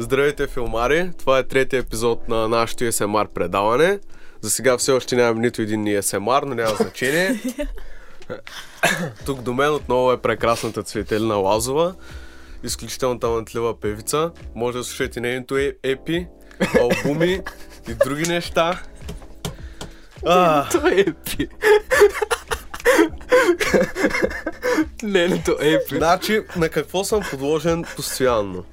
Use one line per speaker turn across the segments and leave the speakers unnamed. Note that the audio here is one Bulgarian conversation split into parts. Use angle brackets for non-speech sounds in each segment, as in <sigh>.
Здравейте, филмари! Това е третия епизод на нашето SMR предаване. За сега все още нямам нито един ни SMR, но няма значение. Тук до мен отново е прекрасната Цветелина Лазова, изключително талантлива певица. Може да слушате нейното е- епи, албуми и други неща. А,
Нейното е епи. Нейното е епи.
значи, на какво съм подложен постоянно?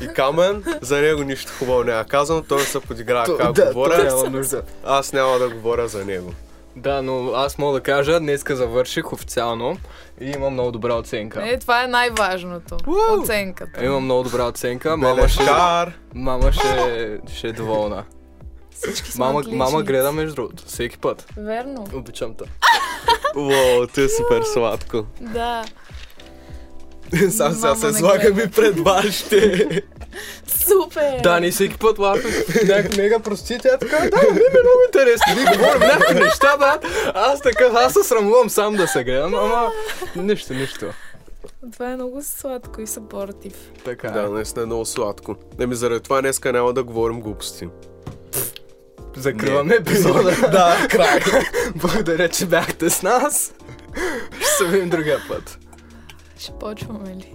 И Камен, за него нищо хубаво няма казано, той се подиграва
То-
как
да, то
говоря.
няма нужда.
Аз няма да говоря за него.
Да, но аз мога да кажа, днеска завърших официално и имам много добра оценка.
Е, това е най-важното.
Уу! Е,
Оценката.
Имам много добра оценка, мама ще,
Белешкар!
мама ще, ще е доволна.
Всички сме
Мама,
отлични.
мама гледа между другото, всеки път.
Верно.
Обичам те.
Уау, ти е супер сладко.
Да.
Сам сега
Мама
се
ме
слагам
гледа.
и пред вашите.
Супер!
Да, не всеки път лапи. Някак мега прости, тя така, да, ми е много интересно. Ние говорим някакви неща, брат. Аз така, аз се срамувам сам да се гледам, ама нищо, нищо.
Това е много сладко и съпортив.
Така.
<laughs> Да, наистина е много сладко. Еми, заради това днеска няма да говорим глупости.
Закриваме епизода. <laughs>
Да, край.
Благодаря, че бяхте с нас. Ще се видим другия път.
Ще почваме ли?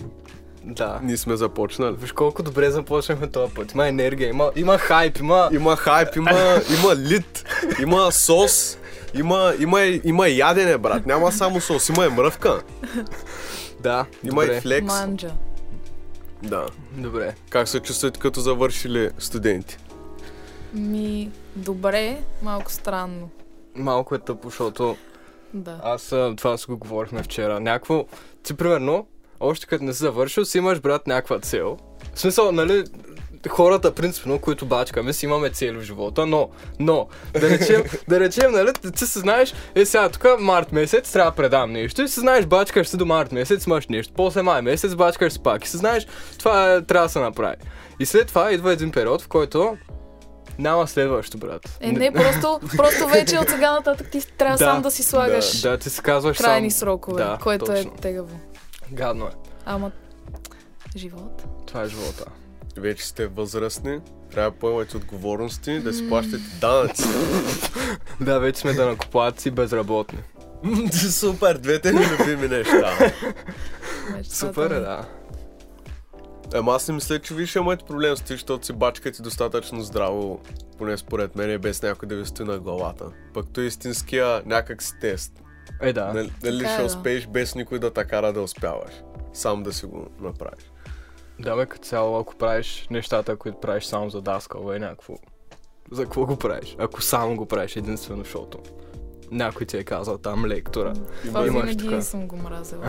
Да.
Ние сме започнали.
Виж колко добре започнахме този път. Има енергия, има, има хайп, има...
Има хайп, има, има лит, има сос, има, има, и- има и ядене, брат. Няма само сос, има и мръвка,
Да,
има
добре.
и флекс.
Манджа.
Да.
Добре.
Как се чувствате като завършили студенти?
Ми, добре, малко странно.
Малко е тъпо, защото
Да.
Аз а, това си го говорихме вчера. Някакво, ти примерно, още като не си завършил, си имаш брат някаква цел. В смисъл, нали, хората, принципно, които бачкаме, си имаме цели в живота, но, но, да речем, да речем, нали, ти- ти се знаеш, е сега тук март месец трябва да предам нещо и се знаеш, бачкаш си до март месец, имаш нещо, после май месец бачкаш си пак и се знаеш, това е, трябва да се направи. И след това идва един период, в който няма следващо, брат.
Е, не, просто, просто вече от сега нататък ти трябва
Да.
сам да си слагаш
Да, ти се казваш
крайни
сам,
срокове,
Да,
което
точно.
е тегаво.
гадно е.
Ама, живот.
Това е живота.
Вече сте възрастни, трябва да поемате отговорности, да си плащате данъци.
Да, вече сме данакоплатци безработни.
Супер, двете ми любими неща.
Вече това
Супер е,
да.
да.
Ама аз не мисля, че вие ще имате проблем с ти, защото си бачкате достатъчно здраво, поне според мен, е без някой да ви стои на главата. Пък той е истинския някак си тест.
Е, да.
Нали, нали
Така е,
ще
да.
успееш без никой да те кара да успяваш. Сам да си го направиш.
Да, бе, като цяло, ако правиш нещата, които правиш само за даскал, е някакво. За какво го правиш? Ако само го правиш единствено, защото някой ти е казал там лектора.
Това
Имаш
винаги
така.
съм го мразила.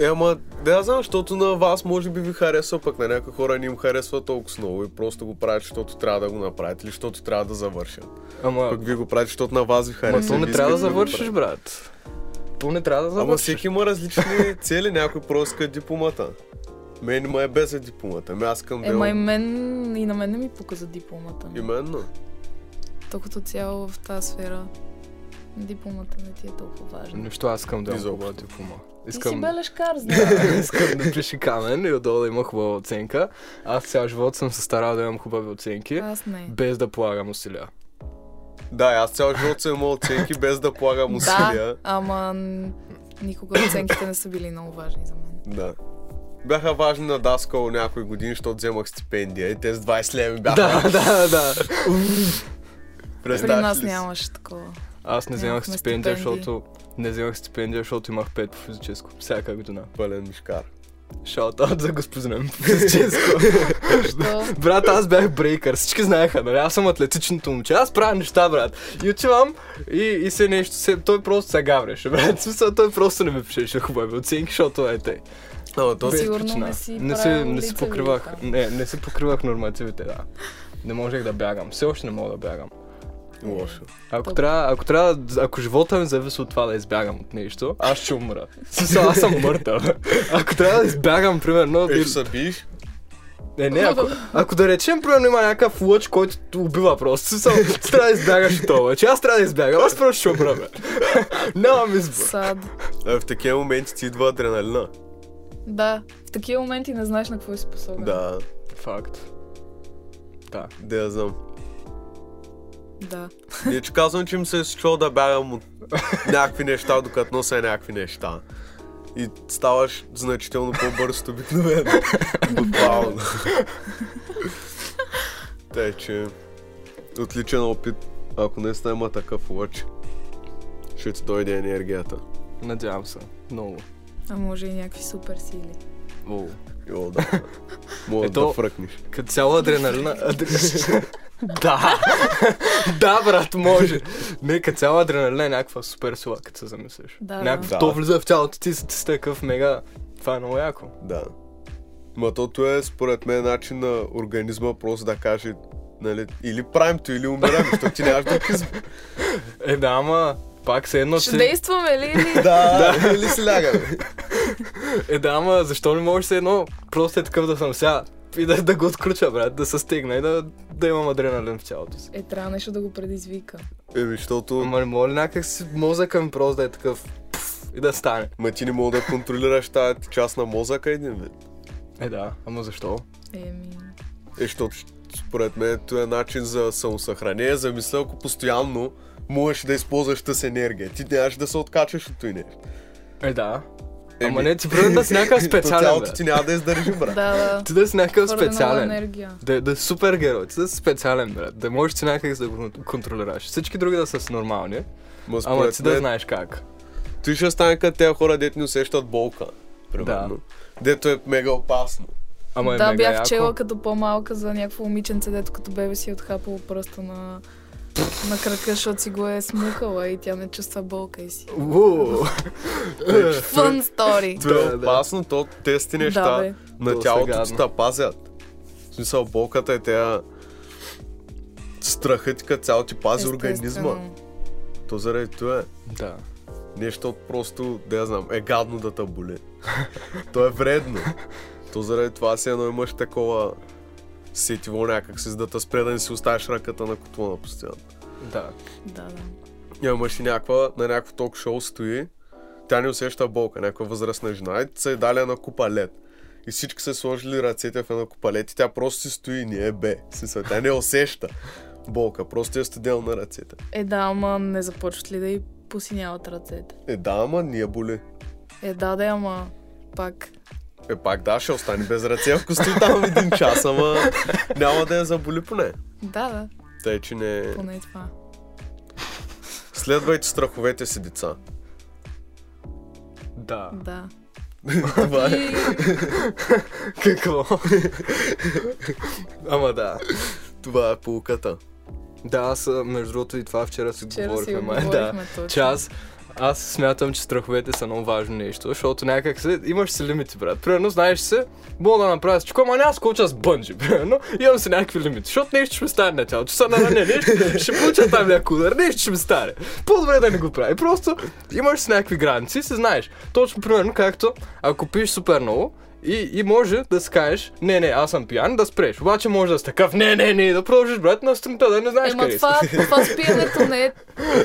Е, ама, да я знам, защото на вас може би ви харесва, пък на някои хора не им харесва толкова много и просто го правят, защото трябва да го направят или защото трябва да завършат.
Ама,
Пък вие го правите, защото на вас ви
ама
харесва.
то
и
не
вие
трябва да
искате го
завършиш,
правите.
брат. То не трябва да
Ама
завършиш.
всеки има различни цели, някой просто иска дипломата. Мен ма е без за дипломата, ами аз
Е,
искам да
Ема и
имам...
мен, и на мен не ми показа дипломата.
Именно.
То като цяло в тази сфера дипломата не ти е толкова важна.
Нищо, аз искам да
Изобщо.
имам диплома.
Ти
Искам,
си бележкар,
<laughs>
знаеш.
искам да пише камен и отдолу да има хубава оценка. Аз цял живот съм се старал да имам хубави оценки,
<laughs> Аз не.
без да полагам усилия.
Да, и аз цял живот съм имал оценки без да полагам усилия.
<laughs> Да, ама н- никога оценките не са били много важни за мен.
Да. Бяха важни на Даскал някои години, защото вземах стипендия и те с 20 лева ми бяха.
Да, да, да.
При
Представяш
нас
ли си?
нямаше такова.
Аз не вземах
Нямахме
стипендия,
стипендии.
защото не вземах стипендия, защото имах 5 по физическо. Всяка година.
Пълен мишкар.
Шаутаут за господина ми по
<laughs>
физическо.
То,
брат, аз бях брейкър. Всички знаеха, нали? Аз съм атлетичното момче. Аз правя неща, брат. И отивам и, и се нещо. Се, той просто се гавреше, брат. В смисъл, той просто не ми пишеше хубави оценки, защото е тъй.
Ама то
Без
Сигурно
причина.
не си
не се,
правил
не си
лицеви,
покривах.
да.
Не, не си покривах нормативите, да. Не можех да бягам. Все още не мога да бягам.
лошо.
Ако
Добре.
трябва, ако трябва, ако живота ми зависи от това да избягам от нещо, аз ще умра. В Смисъл, аз съм мъртъв. Ако трябва да избягам, примерно...
Е,
и-
ще се биеш?
Не, не, ако, ако да речем, примерно има някакъв лъч, който те убива просто. В Смисъл, ти трябва да избягаш от това лъч. Аз трябва да избягам, аз просто ще умра, бе. <laughs> Нямам избор.
сад.
А В такива моменти ти идва адреналина.
Да, В такива моменти не знаеш на какво си способен.
Да,
Факт. Да.
да я знам.
Да.
Не, че казвам, че им се е счел да бягам от някакви неща, докато нося някакви неща. И ставаш значително по-бързо от обикновено. Буквално. Тъй, че отличен опит. Ако не има такъв лъч, ще ти дойде енергията.
Надявам се. Много.
А може и някакви супер сили.
Много.
Йо, да. Мога
Ето-
да фръкнеш.
Като цяло адреналина... <laughs> адре- да! да, брат, може. Не, като цяло адреналина е някаква супер сила, като се замислиш.
Да, да.
Някакво
Да.
то влиза в тялото ти, си ти си такъв мега... Това е много яко.
Да. Ма тото е, според мен, начин на организма просто да каже, нали, или правим то, или умираме, защото ти нямаш друг избор.
Е, да, ама... Пак се едно
Ще
си...
действаме ли? Или...
Да, или си лягаме.
Е, да, ама защо не можеш се едно... Просто е такъв да съм сега и да, да го отключа, брат, да се стигна и да, да имам адреналин в тялото си.
<laughs> Е, трябва нещо да го предизвика.
Еми, защото
Ама не може ли някак си мозъка ми просто да е такъв пф, и да стане?
ма ти не мога да контролираш тази част на мозъка един вид.
Е, да, ама защо?
Еми,
Е, защото според мен това е начин за самосъхранение, за мисля, ако постоянно можеш да използваш тази енергия. Ти нямаш да се откачаш от този нещо.
Е, да. Ама
Еми.
не, ти правим да си някакъв
То
специален,
тялото
брат.
ти няма да издържи, брат.
да, да.
Ти да си някакъв
Твърде много
специален.
енергия.
Да, да си супергерой, ти да си специален, брат. Да можеш ти някак да го контролираш. Всички други да са си нормални,
Ма според
ама ти да
мен,
знаеш как.
Ти ще стане като тези хора, дето не усещат болка. Примерно. Дето е мега опасно.
Ама е
да,
мега
бях
яко.
чела като по-малка за някакво момиченце, дето като бебе си е отхапало пръста на, на крака, защото си го е смукала и тя не чувства болка и си.
Уу!
Фън стори!
Това е
Да, да.
опасно, то тези неща
Да, бе.
на
Доста
тялото
гадно.
ти те пазят. В смисъл, болката е тя страхът ти като цяло ти пази организма.
Естествено.
То заради това е
Да.
нещо просто, да я знам, е гадно да те боли. То е вредно. То заради това си едно имаш такова сетиво някак си, за да те спре да не си оставиш ръката на котлона постоянно.
Да.
Да, да.
Имаш и някаква, на някакво ток шоу стои, тя не усеща болка, някаква възрастна жена и са й дали една купа лед. И всички са сложили ръцете в една купа лед и тя просто си стои, не е бе. В Смисъл, тя не усеща болка, просто е студел на ръцете.
Е, да, ама не започват ли да й посиняват ръцете?
Е да, ама ние боли.
Е, да, да, ама пак.
Е пак да, ще остане без ръце, ако стои там един час, ама няма да я заболи поне.
Да, да,
Тъй, че не...
поне и това.
Следвайте страховете си, деца.
Да.
Да.
Това е.
И
Какво? Ама да.
Това е полуката.
Да, аз а, между другото и това вчера си
вчера си
говорихме.
го
май, да.
говорихме точно.
Че аз, аз смятам, че страховете са много важно нещо, защото някак се, имаш си лимити, брат. Примерно, знаеш се, мога да направя всичко, ама няма да скоча с бънджи, <laughs> примерно. Имам си някакви лимити, защото нещо ще ми стане на тялото, ще са нараня, нещо, ще получа там някой удар, нещо ще ми стане. По-добре да не го прави. Просто имаш си някакви граници, се знаеш. Точно примерно, както ако пиеш супер много, и, и може да си кажеш, не, не, аз съм пиян, да спреш. Обаче може да си такъв, не, не, не, да продължиш, брат, на сутринта, да не знаеш
Ема
къде си.
това, това с пиенето не е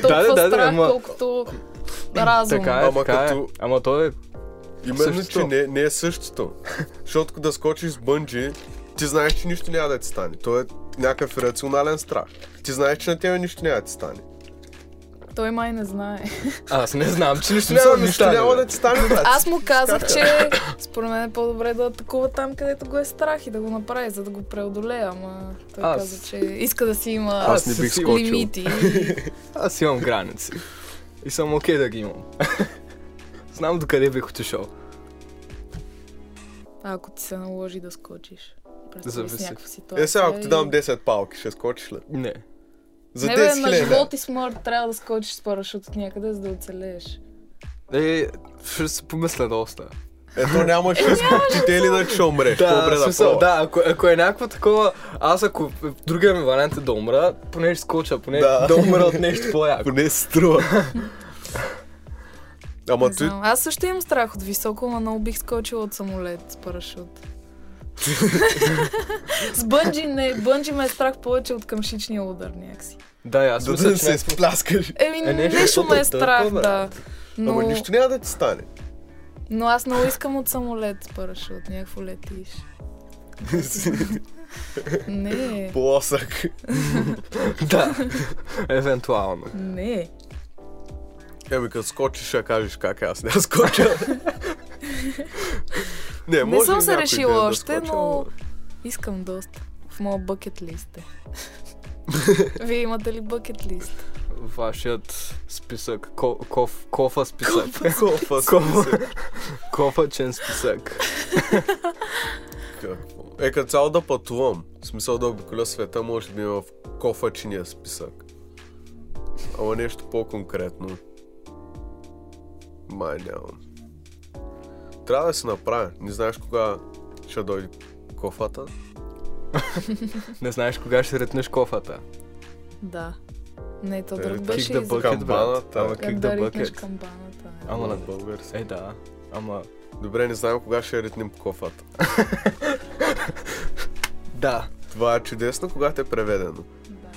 толкова
<laughs> Да, да, да,
страх,
ама-
колкото разум.
Така е,
Ама
така
като-
е. Ама то е...
Именно,
Същото.
че не, не е същото. Защото като да скочиш с бънджи, ти знаеш, че нищо няма да ти стане. То е някакъв рационален страх. Ти знаеш, че на тебе нищо няма да ти стане.
Той май не знае.
Аз не знам, че нищо
Мисля,
няма да
нищо
стане.
няма
бе.
да ти стане, брат.
Аз му казах, че според мен е по-добре да атакува там, където го е страх и да го направи, за да го преодолее, ама той
Аз-
каза, че иска да си има
Аз не
си
бих
си-
скочил.
лимити. и-
Аз имам граници. И съм окей да ги имам. <laughs> Знам до къде бих отишъл.
А, ако ти се наложи да скочиш. Представи си
Зависи.
някаква ситуация
Е, сега, ако ти дам
и-
10 палки, ще скочиш ли?
Не.
За
не
10
бе, на
хиляди.
живот и смърт трябва да скочиш с парашут от някъде, за да оцелееш.
Е, ще се помисля доста.
Ето нямаш
Е,
избор, ти те или иначе ще умреш. По-добре
в
да
смисъл,
пробваш.
да, ако, ако е някакво такова, аз ако другия ми вариант е да умра, поне ще скоча, поне
Да.
да, умра от нещо <laughs> по-яко.
Поне се е струва. Ама
Не
ти...
знам. Аз също имам страх от високо, но много бих скочила от самолет
<laughs>
с парашут. с бънджи не, бънджи ме е страх повече от къмшичния удар някакси.
Да, и аз
Да да
мисля,
не
че
се
не...
спласкаш.
Еми,
Е,
е,
не,
нещо
защото
ме е
тъпо,
страх,
бе.
да. Но...
Ама нищо няма да ти стане. <laughs>
Но аз много искам от самолет с парашут, някакво летиш. Не,
Плосък.
<laughs> да. Евентуално.
не.
Еми, Е, като скочиш, ще кажеш как е, аз не <laughs> скоча. не, може
Не съм
и
се
някой ден
решила
да
още,
скоча,
<laughs> но искам доста. В моя бъкет
<laughs>
лист е. Вие имате ли бъкет лист?
Вашият списък. Ко, коф, кофа списък.
Кофа,
Кофа.
кофа.
Кофачен списък.
Е, като цяло да пътувам. В смисъл да обиколя света, може би в кофачиния списък. Ама нещо по-конкретно. Май нямам. Трябва да се направя. Не знаеш кога ще дойде кофата.
Не знаеш кога ще ретнеш кофата.
Да. Не, то
Е,
друг
kick
беше
the
и за-
bucket.
Камбаната.
Ама
Как
kick
да
the
ритнеш
bucket.
камбаната. е.
Ама на
български.
Е, да. Ама...
Добре, не знам кога ще ритнем кофата.
Да.
Това е чудесно, когато е преведено.
Да.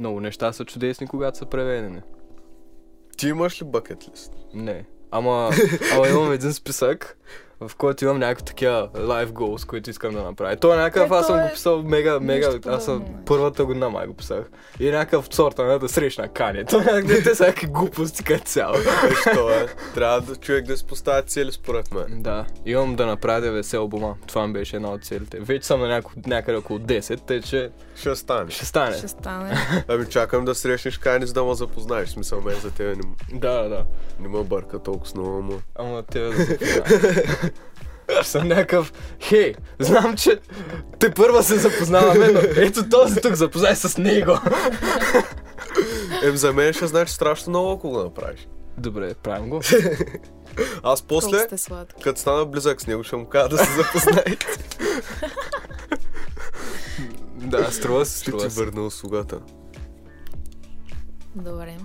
Много неща са чудесни, когато са преведени.
Ти имаш ли бъкет лист?
Не. Ама, ама имам един списък, в който имам някакви такива life goals, които искам да направя. Той е някакъв,
Е,
аз съм
то е
го писал мега, мега,
нещо
аз съм
подобно, е.
първата година май го писах. И е някакъв от сорта на да срещна кане. <laughs> Той е някакви те са някакви глупости като цяло.
Що е? Трябва да човек да си поставя цели според мен.
Да, имам да направя 90 албума. Това ми беше една от целите. Вече съм на няко, някъде около 10, тъй че
Ще стане.
ще стане. <laughs>
Ще стане.
Ами чакам да срещнеш Кани, за да ме запознаеш. В Смисъл мен за тебе не,
Да, да, да.
не ме бърка толкова с много, ама...
Ама те да се познаят. Ще съм някакъв, хей, знам, че те първа се запознаваме, но ето този тук, запознай с него.
Ем за мен ще значи страшно много, ако го направиш.
Добре, правим <laughs> го.
Аз
После...
после,
сте сладки.
като стана близък с него, ще му кажа да се <laughs> запознаете.
Да, струва се,
ще ти
струва се.
върна услугата.
Добре.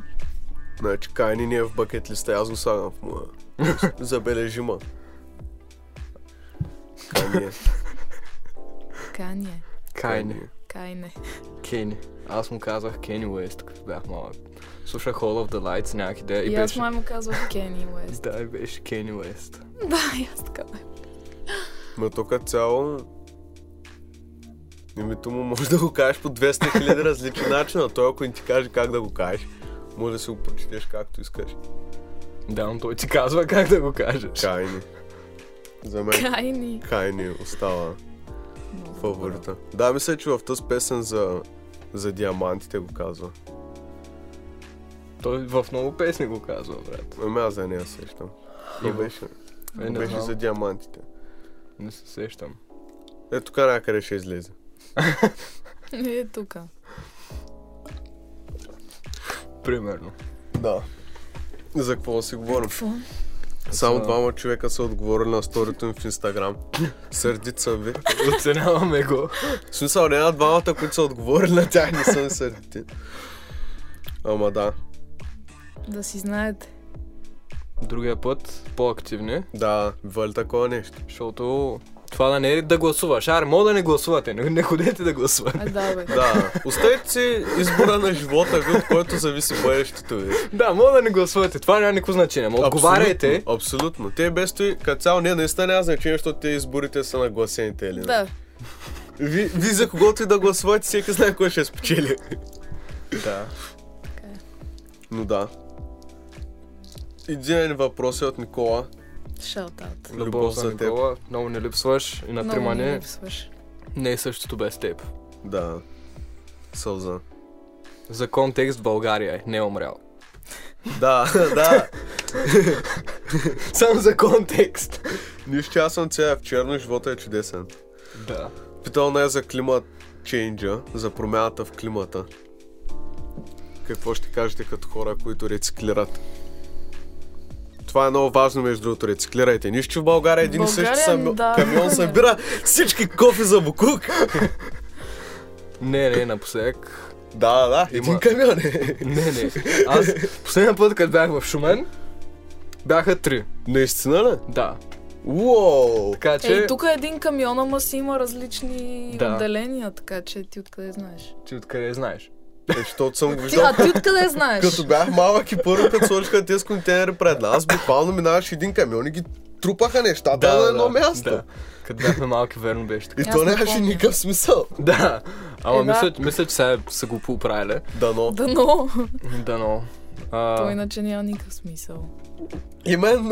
Значи Кани не е в бъкет листа, аз го слагам в <laughs> моя. Забележима. Кани е.
Кание.
Кайни.
Кайне.
Кени. Аз му казах Кени Уест, като бях малък. Слушах All of the Lights някъде и
И аз
беше...
май му казвах Кени Уест. <laughs>
Да, и беше Кени Уест.
Да, и аз така. бе.
Ма то като цяло... Името му може да го кажеш по 200 хиляди различни начина. Той ако не ти каже как да го кажеш, може да си го прочетеш както искаш.
Да, но той ти казва как да го кажеш.
Кайни. За мен
Кайни.
Кайни остава
Много добре.
фаворита. Да, мисля, че в тази песен за, за диамантите го казва.
Той в много песни го казва, брат.
Ами аз за нея сещам. И
Хубаво.
беше,
Е, не,
беше
знам,
за диамантите.
не се сещам.
Е, тук някъде ще излезе.
Е, тука.
Примерно.
Да. За какво да си говорим?
Какво?
Само
За-
двама човека са отговорили на сторито им в Инстаграм. Сърдица ви.
Оценяваме го.
В смисъл, не на двамата, които са отговорили на тях, не са ми сърдити. Ама да.
Да си знаете.
Другия път по-активни,
Да, вали такова нещо.
защото това да не е да гласуваш. Ар, мога да не гласувате, не, не ходете да гласувате.
А, да, бе.
Да, оставете си избора на живота ви, от който зависи бъдещето ви.
да, мога да не гласувате, това няма никакво значение. Ма отговаряйте.
Абсолютно, абсолютно. Те без той, като цяло не, наистина няма значение, защото те изборите са нагласените или не.
Да.
Ви, ви за когото и да гласувате, всеки знае кой ще е спечели.
Да.
Така е.
Но да. Един въпрос е от Никола.
Шаутаут.
Любов за
за теб.
Никола, много не липсваш и на
Много
трима
ми
не,
липсваш.
не е същото без теб.
Да. Сълза.
За контекст България е, не е умрял. <laughs>
Да, <laughs> да.
Само за контекст.
Нищо, че аз съм цяла в черно, живота е чудесен.
Да.
Питал не е за климат чейнджа, за промяната в климата. Какво ще кажете като хора, които рециклират? Това е много важно, между другото, рециклирайте. Нищо, че в България един и същи
България,
сами...
да.
камион събира всички кофи за букук.
Не, не, напоследък
Да, да, един
Има-
камион е.
Не, не. Аз последния път, като бях в Шумен, бяха три.
Наистина ли?
Да.
Уоу!
Така че...
Е, тук един камион, ама си има различни
Да.
отделения, така че ти откъде знаеш.
Ти откъде знаеш?
Е, Защото съм го
Ти,
виждал.
а ти откъде знаеш?
Като бях малък и първо, като сложиха тези контейнери пред нас, буквално минаваше един камион и ги трупаха нещата на едно място.
Да. Като бяхме малки, верно беше така.
И
Аз
то
не
нямаше
помня.
никакъв смисъл.
Да. Ама
Е, да.
мисля, мисля, че сега са го поуправили.
Дано.
<laughs> Да, но.
Дано.
То
А,
иначе няма никакъв смисъл.
Именно.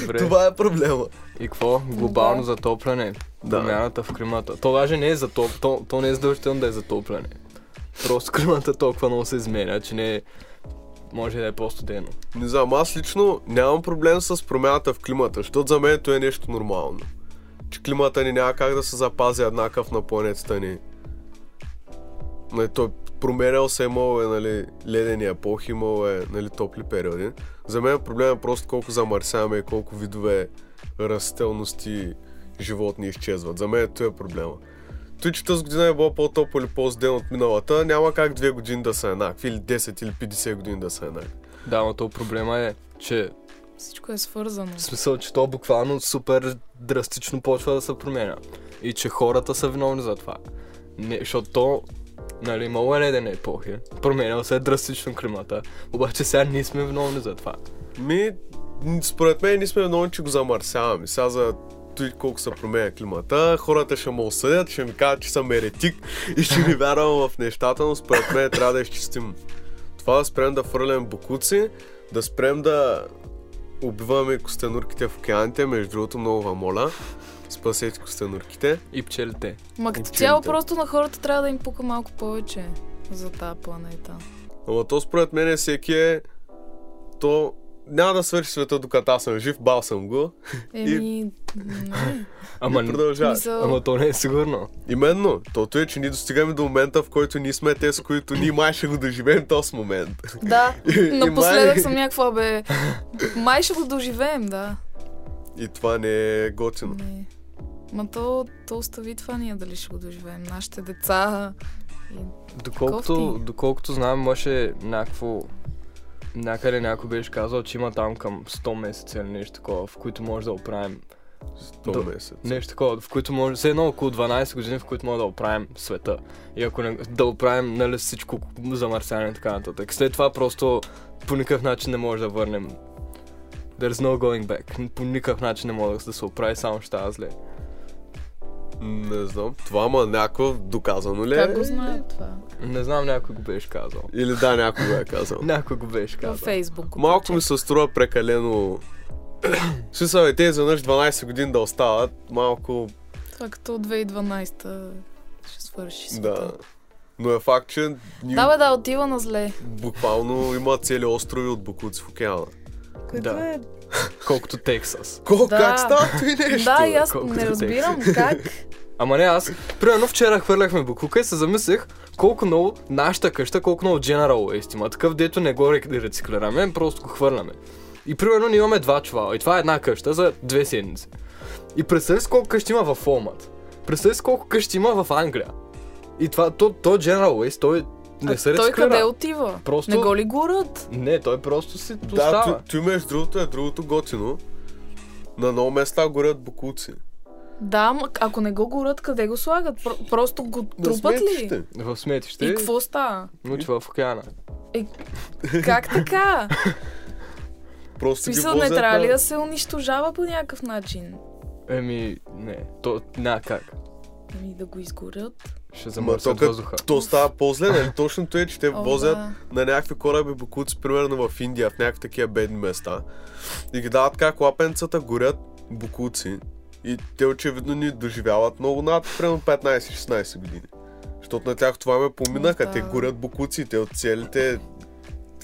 добре.
Това е проблема.
И какво? Глобално
Да.
затопляне.
Да.
Промяната в климата. То даже не е затоп... То, то не е задължително да е затопляне. Просто климата толкова много се изменя, че не е... Може да е по-студено.
Не знам, аз лично нямам проблем с промяната в климата, защото за мен то е нещо нормално. Че климата ни няма как да се запази еднакъв на планетата ни. Нали, той променял се, имало е нали, ледени епохи, имало е нали, топли периоди. За мен проблемът е просто колко замърсяваме и колко видове растителности животни изчезват. За мен това е проблема. Той, че тази година е било по-топло или по-студено от миналата, няма как две години да са еднакви, или 10 или 50 години да са еднакви.
Да, но то проблема е, че
Всичко е свързано.
в смисъл, че то буквално супер драстично почва да се променя. И че хората са виновни за това. Не, защото то, нали, имало е леден епохи. Променял се е драстично климата. Обаче сега ние сме виновни за това.
Ми, н- според мен ние сме много, че го замърсяваме. Сега за той колко се променя климата, хората ще му осъдят, ще ми кажат, че съм еретик и ще ми вярвам в нещата, но според мен трябва да изчистим. Това да спрем да фърлям бокуци, да спрем да убиваме костенурките в океаните, между другото много вам моля, спасете костенурките.
И пчелите.
Ма като
Учените.
цяло просто на хората трябва да им пука малко повече за тази планета.
Ама то според мен всеки е, то няма да свърши света докато аз съм жив, бал съм го
Еми, не.
Ама,
и продължава.
Мисъл,
ама то не е сигурно.
Именно. Тото е, че ние достигаме до момента, в който ние сме те, с които ние май ще го доживеем този момент.
Да,
И- и
напоследък
май-
съм някаква, бе, май ще го доживеем, да.
И това не е готино.
Не. Ма то, то остави това ние дали ще го доживеем. Нашите деца и
Доколкото,
Кофти.
доколкото знам, имаше някакво... Някъде някой беше казал, че има там към 100 месеца или нещо такова, в които може да оправим.
100
Да.
месец.
Нещо такова, в които може... Все едно около 12 години, в които може да оправим света. И ако не, да оправим нали, всичко, замърсяване и така нататък. След това просто по никакъв начин не може да върнем. There's no going back. По никакъв начин не може да се оправи, само ще става зле.
Не знам. Това ма някакво доказано ли е?
как го знаят това?
Не знам, някой го беше казал.
Или да, някой го е казал.
Някой го беше
Във
казал.
Фейсбук. го
Малко ми
прочетох.
се струва прекалено... Ще са бе, те изведнъж 12 години да остават, малко
Това като от 2012 ще свърши
да...
света.
Но е факт, че ни...
Да, бе, да, отива на зле.
буквално има цели острови от Букуци в океана.
Което
Да.
е...
Колкото Тексас.
Колко,
Да.
как става той нещо?
Да, и аз
колкото
не
е
те.
разбирам
<laughs>
как.
Ама не аз. Примерно вчера хвърляхме букука и се замислих колко много нашата къща, колко много General Waste има. Такъв, дето не го рек- рециклираме, просто го хвърляме. И примерно ние имаме два чувала. И това е една къща за две седмици. И представи си колко къщи има в Олмат. Представи си колко къщи има в Англия. И това, то, то General Waste, той не
А
се
той
рециклира.
къде отива?
Просто-
Не го ли горят?
Не, той просто си
Да,
остава.
той, той между другото е другото готино. На много места горят букуци.
Да, ма, ако не го горят, къде го слагат? Пр- просто го
На Е.
трупат ли?
сметище.
В сметище,
И какво става?
мучва в океана.
Как така?
<laughs>
В
Просто
смисъл,
ги
не
возят
трябва
на-
ли да се унищожава по някакъв начин?
Еми, не, то, няма как.
Ами да го изгорят.
Ще
Ма то,
замърсят
като-
въздуха.
то става по-зле,
<laughs>
нали? Точното е, че те
О,
возят
да.
на някакви кораби букуци, примерно в Индия, в някакви такива бедни места. И ги дават как лапенцата, горят букуци. И те очевидно ни доживяват много над, примерно 15-16 години. Защото на тях това ме поминаха.
Да.
Те горят букуци, те от целите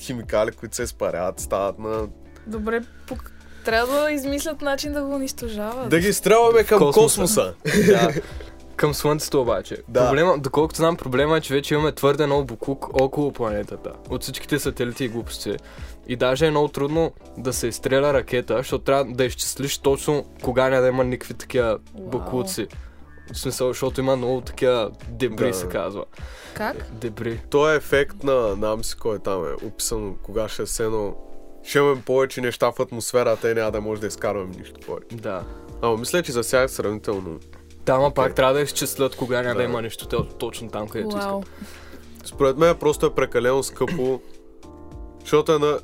химикали, които се изпаряват, стават на...
Добре, пук... трябва да измислят начин да го унищожават.
Да ги стрелваме към
космоса.
космоса.
Да. <laughs> Към Слънцето обаче.
Да.
Проблема, доколкото знам, проблема е, че вече имаме твърде много буклук около планетата. От всичките сателити и глупости. И даже е много трудно да се изстреля ракета, защото трябва да изчислиш точно кога няма да има никакви такива
Уау.
буклуци. В смисъл, защото има много такива дебри,
Да.
се казва.
Как?
Дебри.
Той е ефект на намси, кой там е описано, кога ще е сено. Ще имаме повече неща в атмосферата и няма да може да изкарваме нищо повече.
Да.
Ама мисля, че за сега е сравнително.
Там пак трябва да изчислят кога няма да,
Да. Е,
има нещо те- точно там, където искат.
Вау.
Според мен просто е прекалено скъпо, защото е на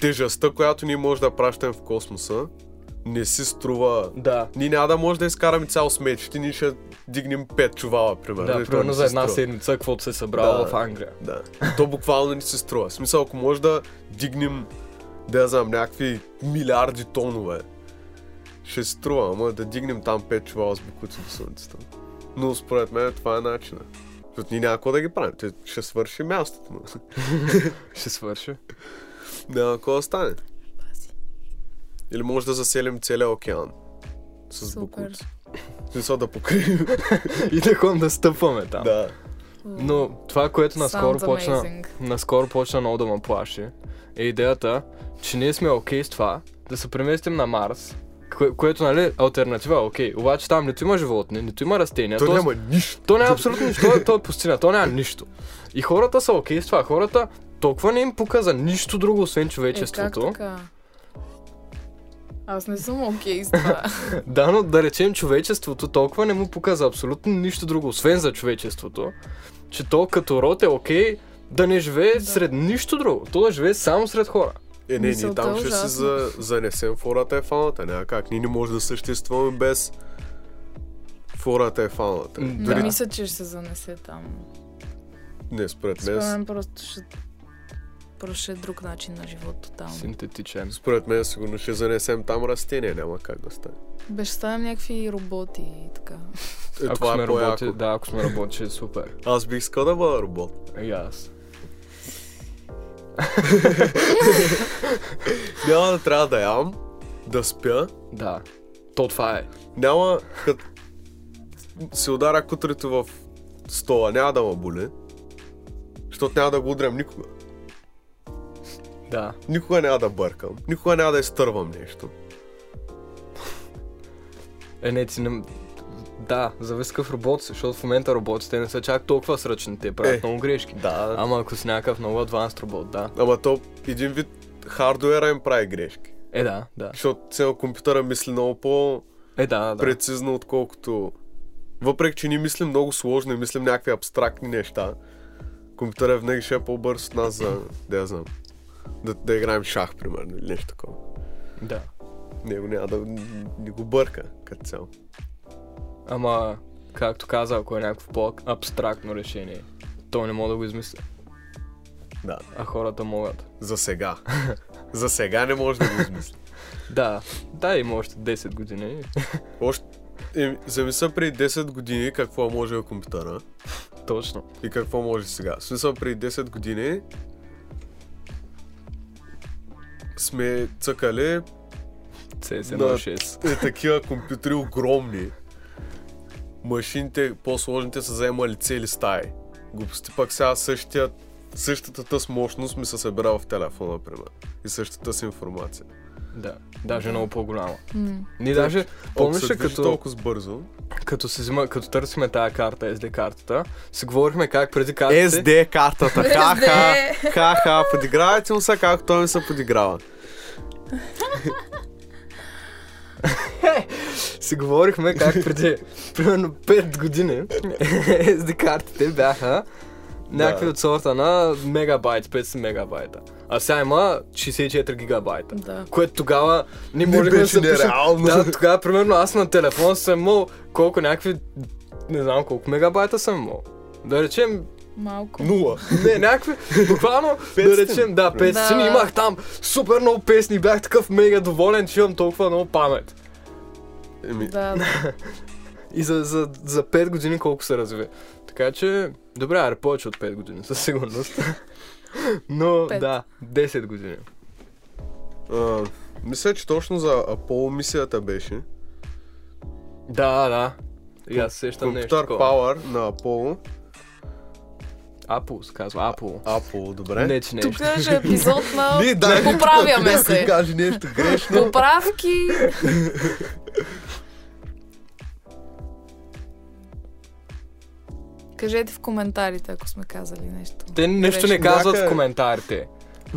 тежестта, която ние може да пращаме в космоса, не си струва...
Да.
Ние няма да може да изкараме цял смечите, ние ще дигнем 5 чувала, примерно.
Да,
и то
примерно
не
за
си
една
струва.
седмица, каквото се е събрало
Да.
в Англия.
Да. То буквално ни се струва. В смисъл, ако може да дигнем, да я знам, някакви милиарди тонове, ще се струва, ама да дигнем там 5 чувала с букуци до слънцето. Но според мен това е начина. Защото ние няма какво да ги правим. Те ще свърши мястото му. <laughs>
Ще свърши.
Няма какво да стане.
Пази.
Или може да заселим целия океан. С
Супер.
букуци. <laughs> В смисъл да покрием.
<laughs> И да ходим да стъпваме там.
да.
Но това, което наскоро
Sounds
почна,
amazing. Е,
наскоро почна много да ме плаши, е идеята, че ние сме окей с това да се преместим на Марс, кое, което, нали, альтернатива е окей. Обаче там нито има животни, нито има растения.
Е, То
тоест-
няма нищо.
То няма абсолютно нищо, то е, то е пустиня, то няма нищо. И хората са окей с това. Хората толкова не им пука за нищо друго, освен
Е, как
човечеството.
така? Аз не съм окей
<laughs>
с това.
да, но да речем човечеството толкова не му пука за абсолютно нищо друго, освен за човечеството, че то като род е окей да не живее сред нищо друго. То да живее само сред хора.
Е, не, ние
Мисълта
там
е
ще се
ужасна.
за, занесем в флората и фауната. Няма как. Ние не може да съществуваме без флората и фауната.
М,
Не
Дори
мисля, че ще се занесе там.
не, според мен.
Според
с-
мен просто ще... Просто ще е друг начин на живот тотално.
Синтетичен.
Според мен сигурно ще занесем там растения. Няма как да стане.
Беше ставим някакви роботи и така.
Е,
Ако
това
сме
е
работи,
по-яко.
да, ако сме работи, ще е супер. Е,
Аз бих искал да бъда робот.
И аз.
Няма да трябва да ям, да спя.
Да. То това е.
Няма като се удара кутрето в стола. Няма да ме боли. Защото няма да го удрям никога.
Да.
Никога няма да бъркам. Никога няма да изтървам нещо.
Е, не, ти не... Да, зависи какъв робот си, защото в момента роботите не са чак толкова сръчни, те правят
Е.
много грешки.
Да.
Ама ако си някакъв много адванс робот, да.
Ама то един вид хардуера им прави грешки.
Е, да, да.
Защото цел компютъра мисли много по-прецизно,
Е, да, да.
отколкото... Въпреки, че ни мислим много сложно и мислим някакви абстрактни неща, компютъра винаги ще е по-бърз от нас за... да я знам. Да, да играем шах, примерно, или нещо такова.
да.
Него няма да... ни го бърка, като цяло.
Ама, както каза, ако е някакво по-абстрактно решение, то не мога да го измисля,
Да,
а хората могат.
за сега. за сега не може да го измисли.
Да, да, има още 10 години. <laughs>
Още... Е, замисля преди 10 години какво е можел компютъра.
Точно.
И какво може сега? В смисъл, преди 10 години сме цъкали Да.
CS106.
е, такива компютри огромни. Машините, по-сложните са заемали цели стаи. Глупости пък сега същия, същата тъс мощност ми се събира в телефона, например. И същата с информация.
Да, даже много по-голяма.
М.
Ние даже, помниш ли
Ако се движи
като...
толкова бързо...
като, се взима, като търсиме тая карта, SD картата, си говорихме как преди картите...
SD картата, ха-ха,
SD.
ха-ха, подигравайте му се, както той ми се подиграва.
Си
<laughs>
говорихме как преди примерно 5 години SD картите бяха някакви
Да.
от сорта на мегабайт, 500 мегабайта. А сега има 64 гигабайта.
Да.
Което тогава не може да
беше
се пише.
нереално.
Да, тогава примерно аз на телефон съм имал колко някакви, не знам колко мегабайта съм имал. Да речем
Малко.
Нула.
не, някакви,
<laughs>
буквално, да
Песни.
речем, да, песни
Да.
имах там, супер много песни, бях такъв мега доволен, че имам толкова много памет.
Еми,
Да, да.
И за, за, за 5 години колко се разви. Така че, добре, аре, повече от 5 години, със сигурност. <laughs> Но,
Пет.
да, 10 години.
А, мисля, че точно за Apollo мисията беше.
Да, да. И аз се сещам нещо
Computer
такова.
Power на Apollo.
Apple се казва, Apple.
Apollo, добре.
Не, е. че нещо.
Тук имаше епизод на...
Ние дай ми
Поправяме
някой
се.
каже нещо грешно.
Поправки! Кажете в коментарите, ако сме казали нещо.
Те нещо не
Грешно.
казват в
Някъде.
коментарите.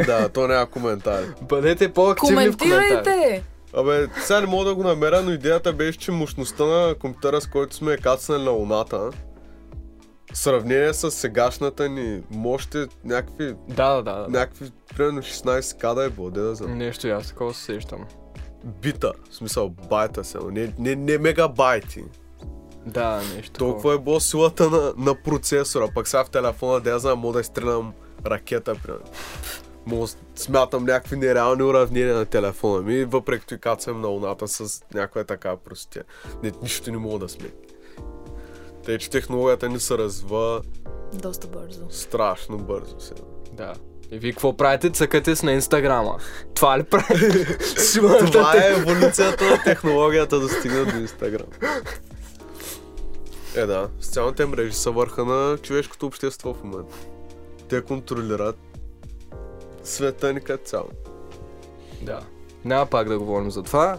да, то няма коментар.
Бъдете по-активни в коментарите.
Коментирайте!
Абе, сега не мога да го намеря, но идеята беше, че мощността на компютъра, с който сме кацнали на Луната, в сравнение с сегашната ни мощ е някакви,
Да, да, да. да.
някакви примерно 16 када е бъде да знам.
Нещо и аз такова се сещам.
Бита, в смисъл байта се, не, не, не мегабайти.
Да, нещо.
Толкова е било силата на, на процесора, пък сега в телефона да я знам, мога да изстрелям ракета, примерно. Мога да смятам някакви нереални уравнения на телефона ми, въпреки това кацам на луната с някоя така простия. Не, нищо не мога да сме. Тъй, че технологията ни се развива
Доста бързо.
страшно бързо сега.
Да. И вие какво правите? Цъкате с на инстаграма. Това ли правите?
<laughs> Това е еволюцията на технологията да стигна до Инстаграм. Е да, социалните мрежи са върха на човешкото общество в момента. Те контролират света ни като цяло.
Да. Няма пак да говорим за това.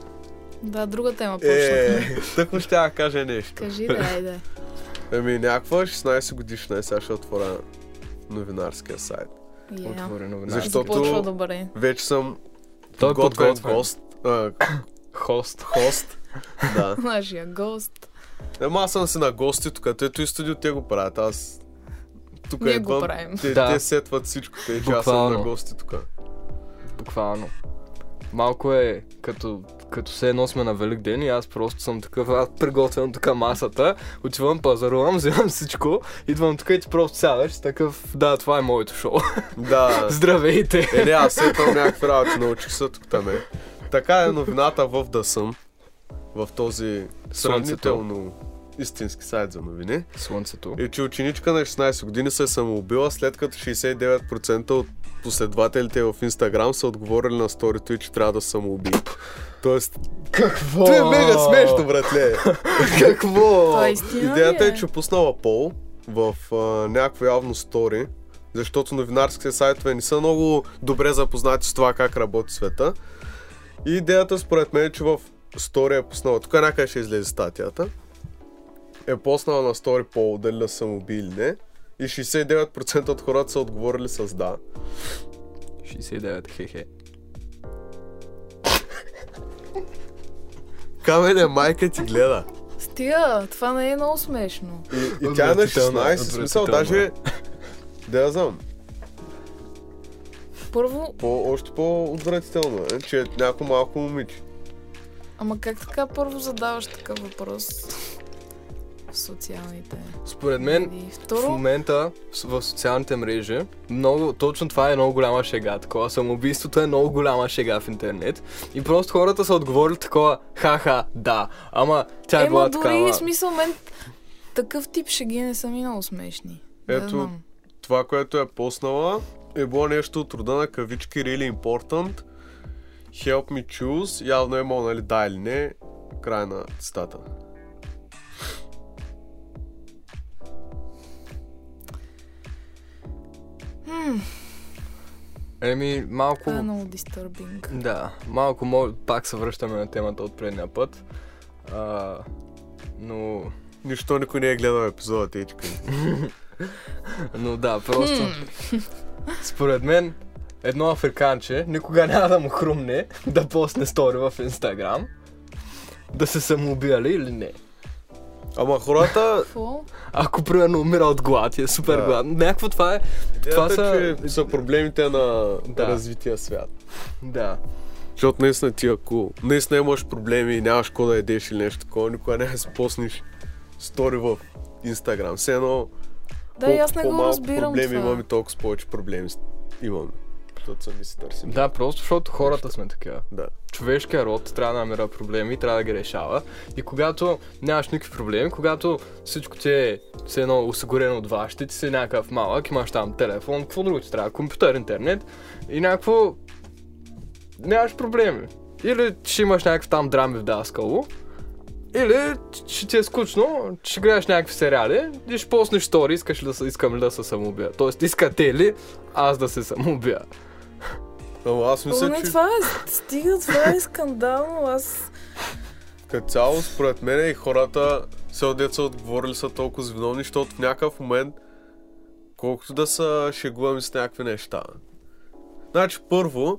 Да, друга тема
Е,
почнахме.
тъкмо ще я кажа нещо.
Кажи, да, айде.
Еми, някаква 16 годишна е, сега ще отворя новинарския сайт.
Я.
Отвори новина.
Защо? Защото-
Започва добре.
Вече съм
Той е
подготвен
подготвен.
гост. а,
Хост.
хост. Да.
Нашия гост.
Ема аз съм си на гости тук, ето и студио те го правят, аз тук
Ние
идвам,
го правим.
Те,
Да.
те сетват всичко, те че аз съм
Буквално.
на гости тук.
Буквално. Малко е като, като се едно сме на Велик ден и аз просто съм такъв, аз приготвям тук масата, отивам, пазарувам, <laughs> вземам всичко, идвам тук и ти просто сядаш, и такъв, да, това е моето шоу. <laughs>
Да,
Здравейте!
е не, аз сетвам някакви работи, научих се тук там е. Така е новината в да съм, в този сравнително истински сайт за новини,
Слънцето.
е, че ученичка на 16 години се е самоубила след като 69% от последователите в Инстаграм са отговорили на сторито и че трябва да се самоуби. Тоест,
Какво?
това е мега смешно, братле!
Какво?
Това е истина
Идеята
ли
е, че пуснала пол в а, някакво явно стори, защото новинарските сайтове не са много добре запознати с това как работи света. И идеята според мен е, че в стори е пуснала, тук някъде ще излезе статията, е пуснала на стори пол дали да съм уби или не. И 69% от хората са отговорили с да.
69, хе-хе.
Камене, майка ти гледа.
Стига, това не е много смешно.
И, и тя е на 16, в смисъл даже... Да я знам.
Първо,
По, още по-отвратително е, че е някакво малко момиче.
ама как така първо задаваш такъв въпрос в социалните?
Според мен,
И
в
второ,
момента в- в социалните мрежи, много, точно това е много голяма шега. Такова самоубийството е много голяма шега в интернет. И просто хората са отговорили такова, ха-ха, да. Ама тя е
ема
била
дори
такава.
смисъл мен такъв тип шеги не са ми много смешни.
Ето,
да знам.
това, което е поснала, е било нещо от рода на кавички Really Important. Help me choose. Явно е имал, нали, да или не. Край на цитата.
Еми, малко...
Това е много дистърбинг.
Да, малко мол... пак се връщаме на темата от предния път. А, но...
Нищо никой не е гледал епизода, течка.
Но да, просто... <laughs> Според мен, едно африканче никога няма да му хрумне да посне стори в Инстаграм. Да се самоубияли или не.
Ама хората...
Какво?
Ако примерно умира от глад и е супер
Да.
глад. Някакво това е...
<laughs> Това
са-
са... е, Че са проблемите на
Да.
да. развития свят.
Да.
Защото наистина ти, ако наистина имаш проблеми и нямаш какво да едеш или нещо такова, никога не спосниш стори в Инстаграм. Все едно
Да, и
колкото
аз не го
по-малко
разбирам
проблеми
това.
имаме, толкова с повече проблеми с- имаме. Защото сами си търсим.
Да, просто защото хората сме такива.
Да.
човешкия род трябва да намира проблеми и трябва да ги решава. И когато нямаш никакви проблеми, когато всичко ти е все едно осигурено от вашите, ти си някакъв малък, имаш там телефон, какво друго ти трябва? Компютър, интернет и някакво... Нямаш проблеми. Или ще имаш някакви там драми в Даскало, или ще ти е скучно, ще гледаш някакви сериали и ще поснеш стори, искаш ли да, се- искам ли да се самоубия. Тоест, искате ли аз да се самоубия?
Ама аз мисля,
Ами,
че
това е, стига, това е скандално, аз...
като цяло, според мен и хората се от деца отговорили са толкова виновни, защото в някакъв момент, колкото да са шегуваме с някакви неща. Значи, първо,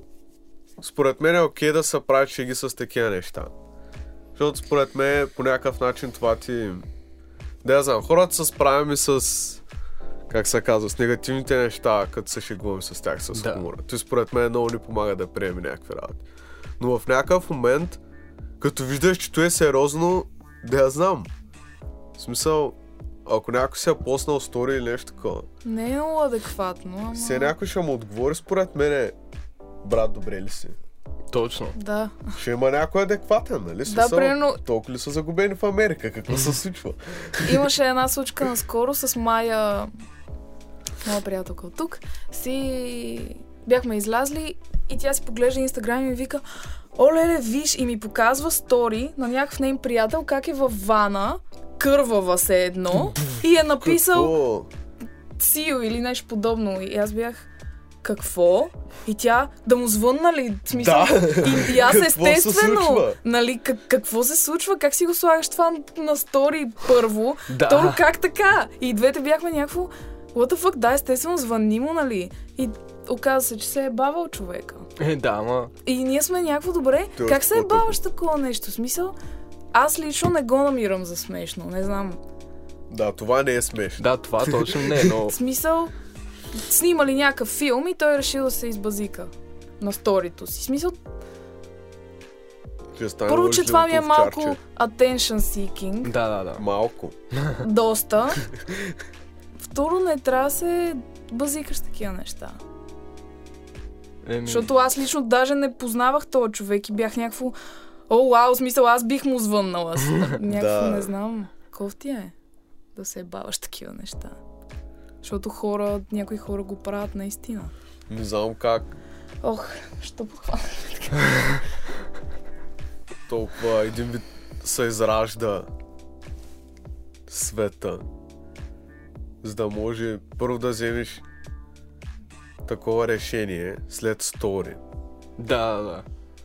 според мен е окей да се правят шеги с такива неща. Защото според мен по някакъв начин това ти Да, я знам, хората се справяме с как се казва, с негативните неща, като се шегуваме с тях, с
Да.
хумора. Той според мен много ни помага да приеме някакви работи. Но в някакъв момент, като виждаш, че то е сериозно, да я знам. В смисъл, ако някой се е поснал стори или нещо такова,
Не е много адекватно, ама...
се някой ще му отговори според мене, брат, добре ли си?
Точно.
Да,
Ще има някой адекватен, нали?
да, примерно
Толкова ли са загубени в Америка? Какво се случва?
Имаше една случка наскоро с Майя, моя приятелка от тук. Си бяхме излязли и тя си поглежда Инстаграм и ми вика Оле, виж, и ми показва стори на някакъв нейн приятел как е във вана, кървава се едно и е написал
Какво?
Сио или нещо подобно. И аз бях какво? И тя да му звънна ли? В Смисъл, и, и аз
Какво се
естествено,
случва?
нали, как, какво се случва, как си го слагаш това на стори първо,
Да.
Второ, как така? И двете бяхме някакво, what the fuck, да, естествено, звънни му, нали? И оказа се, че се е бавал човека.
Е, да, ма.
И ние сме някакво добре.
Ти още
как се е
по-тъпо.
баваш такова нещо? В Смисъл, аз лично не го намирам за смешно, не знам.
Да, това не е смешно.
Да, това точно не е, но...
В смисъл, снимали някакъв филм и той е решил да се избазика на сторито си. В смисъл,
Ще стане
първо, че това ми е
лъжливото
малко
овчарче.
<laughs>
attention seeking,
Да, да, да.
Малко.
доста. Второ, не трябва да се базикаш с такива неща.
Еми...
Защото аз лично даже не познавах този човек и бях някакво... О, вау, в смисъл, аз бих му звъннала. С- някакво
Да.
не знам. Кофти е да се баваш такива неща. Защото хора, някои хора го правят наистина.
Не знам как
Ох, що похвана.
толкова един вид се изражда света. За да може първо да вземеш такова решение след стори.
Да, да, да.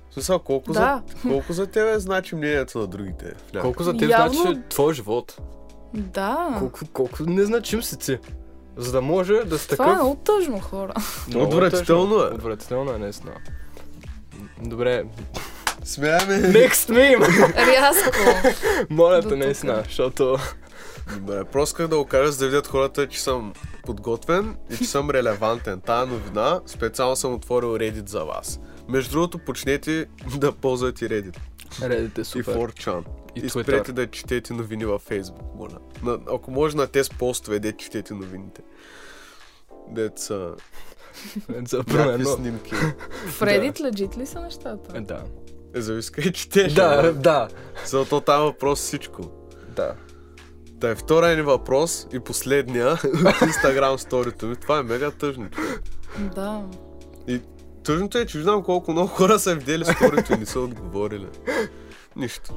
В смисъл, колко,
Да.
за, колко за тебе значи мнението на другите? в някакъв-
Колко за теб
Явно-
значи твой живот?
Да.
Колко, колко незначим си ти? За да може да си
Това
такъв...
е много тъжно, хора. <laughs>
Много
Отвратително
тъжно.
е.
Отвратително е, наистина. Добре,
Смяме.
next meme!
Рязко.
<laughs> Моля
До
те,
тук.
наистина, защото...
Добре, просто как да го кажа, за да видят хората, че съм подготвен и че съм релевантен. Тая новина специално съм отворил Reddit за вас. Между другото, почнете да ползвате Reddit
Reddit е супер.
и 4chan.
И
И,
Twitter.
спрете да четете новини във Facebook, моля. На, ако може на тези постове, де четете новините. Деца,
За
някакви
примерно...
снимки.
В Reddit лежит ли са нещата?
Да.
Е, зависи къде четеш.
Да,
ама.
да.
Зато там е въпрос всичко.
Да.
Та е втория ни въпрос и последния <laughs> от Instagram сторито ми. Това е мега тъжно.
Да.
Тъжното е, че виждам колко много хора са видели сторито и не са отговорили. Нищо.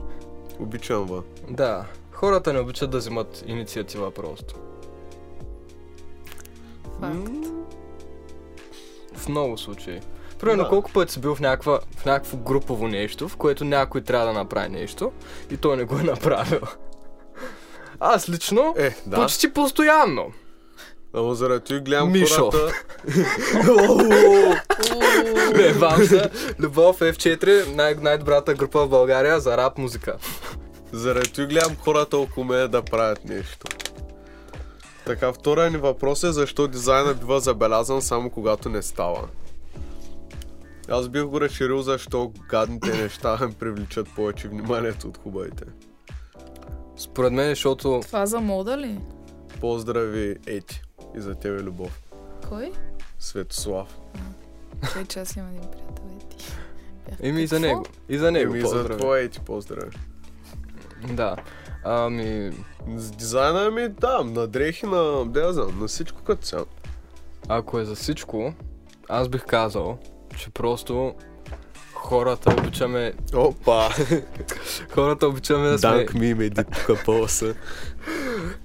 Обичам ва.
Да. Хората не обичат да взимат инициатива просто.
Факт.
В много случаи. Примерно,
Да.
колко пъти си бил в, някаква, в някакво групово нещо, в което някой трябва да направи нещо и той не го е направил. Аз лично,
Е, да.
почти постоянно.
Ама заради това и гледам
Мишо.
хората...
Уу,
Не, вам се. Любов F4, най- най-добрата група в България за рап музика.
Заради това и гледам хората около мен да правят нещо. Така, втория ни въпрос е защо дизайна бива забелязан само когато не става. Аз бих го разширил защо гадните неща <laughs> привличат повече вниманието от хубавите.
Според мен, защото
Това за мода ли?
Поздрави, Ети. И за тебе любов.
Кой?
Светослав.
Кой че аз имам един приятел и ти. Бях
Еми и за
какво?
него. И за него.
Еми, за
поздрави.
твоя Ети поздрави.
Да. Ами,
С дизайна ми, да, на дрехи, на, да я знам, на всичко като цяло.
ако е за всичко, аз бих казал, че просто хората обичаме,
Опа!
хората обичаме да сме...
ми им еди тук полоса.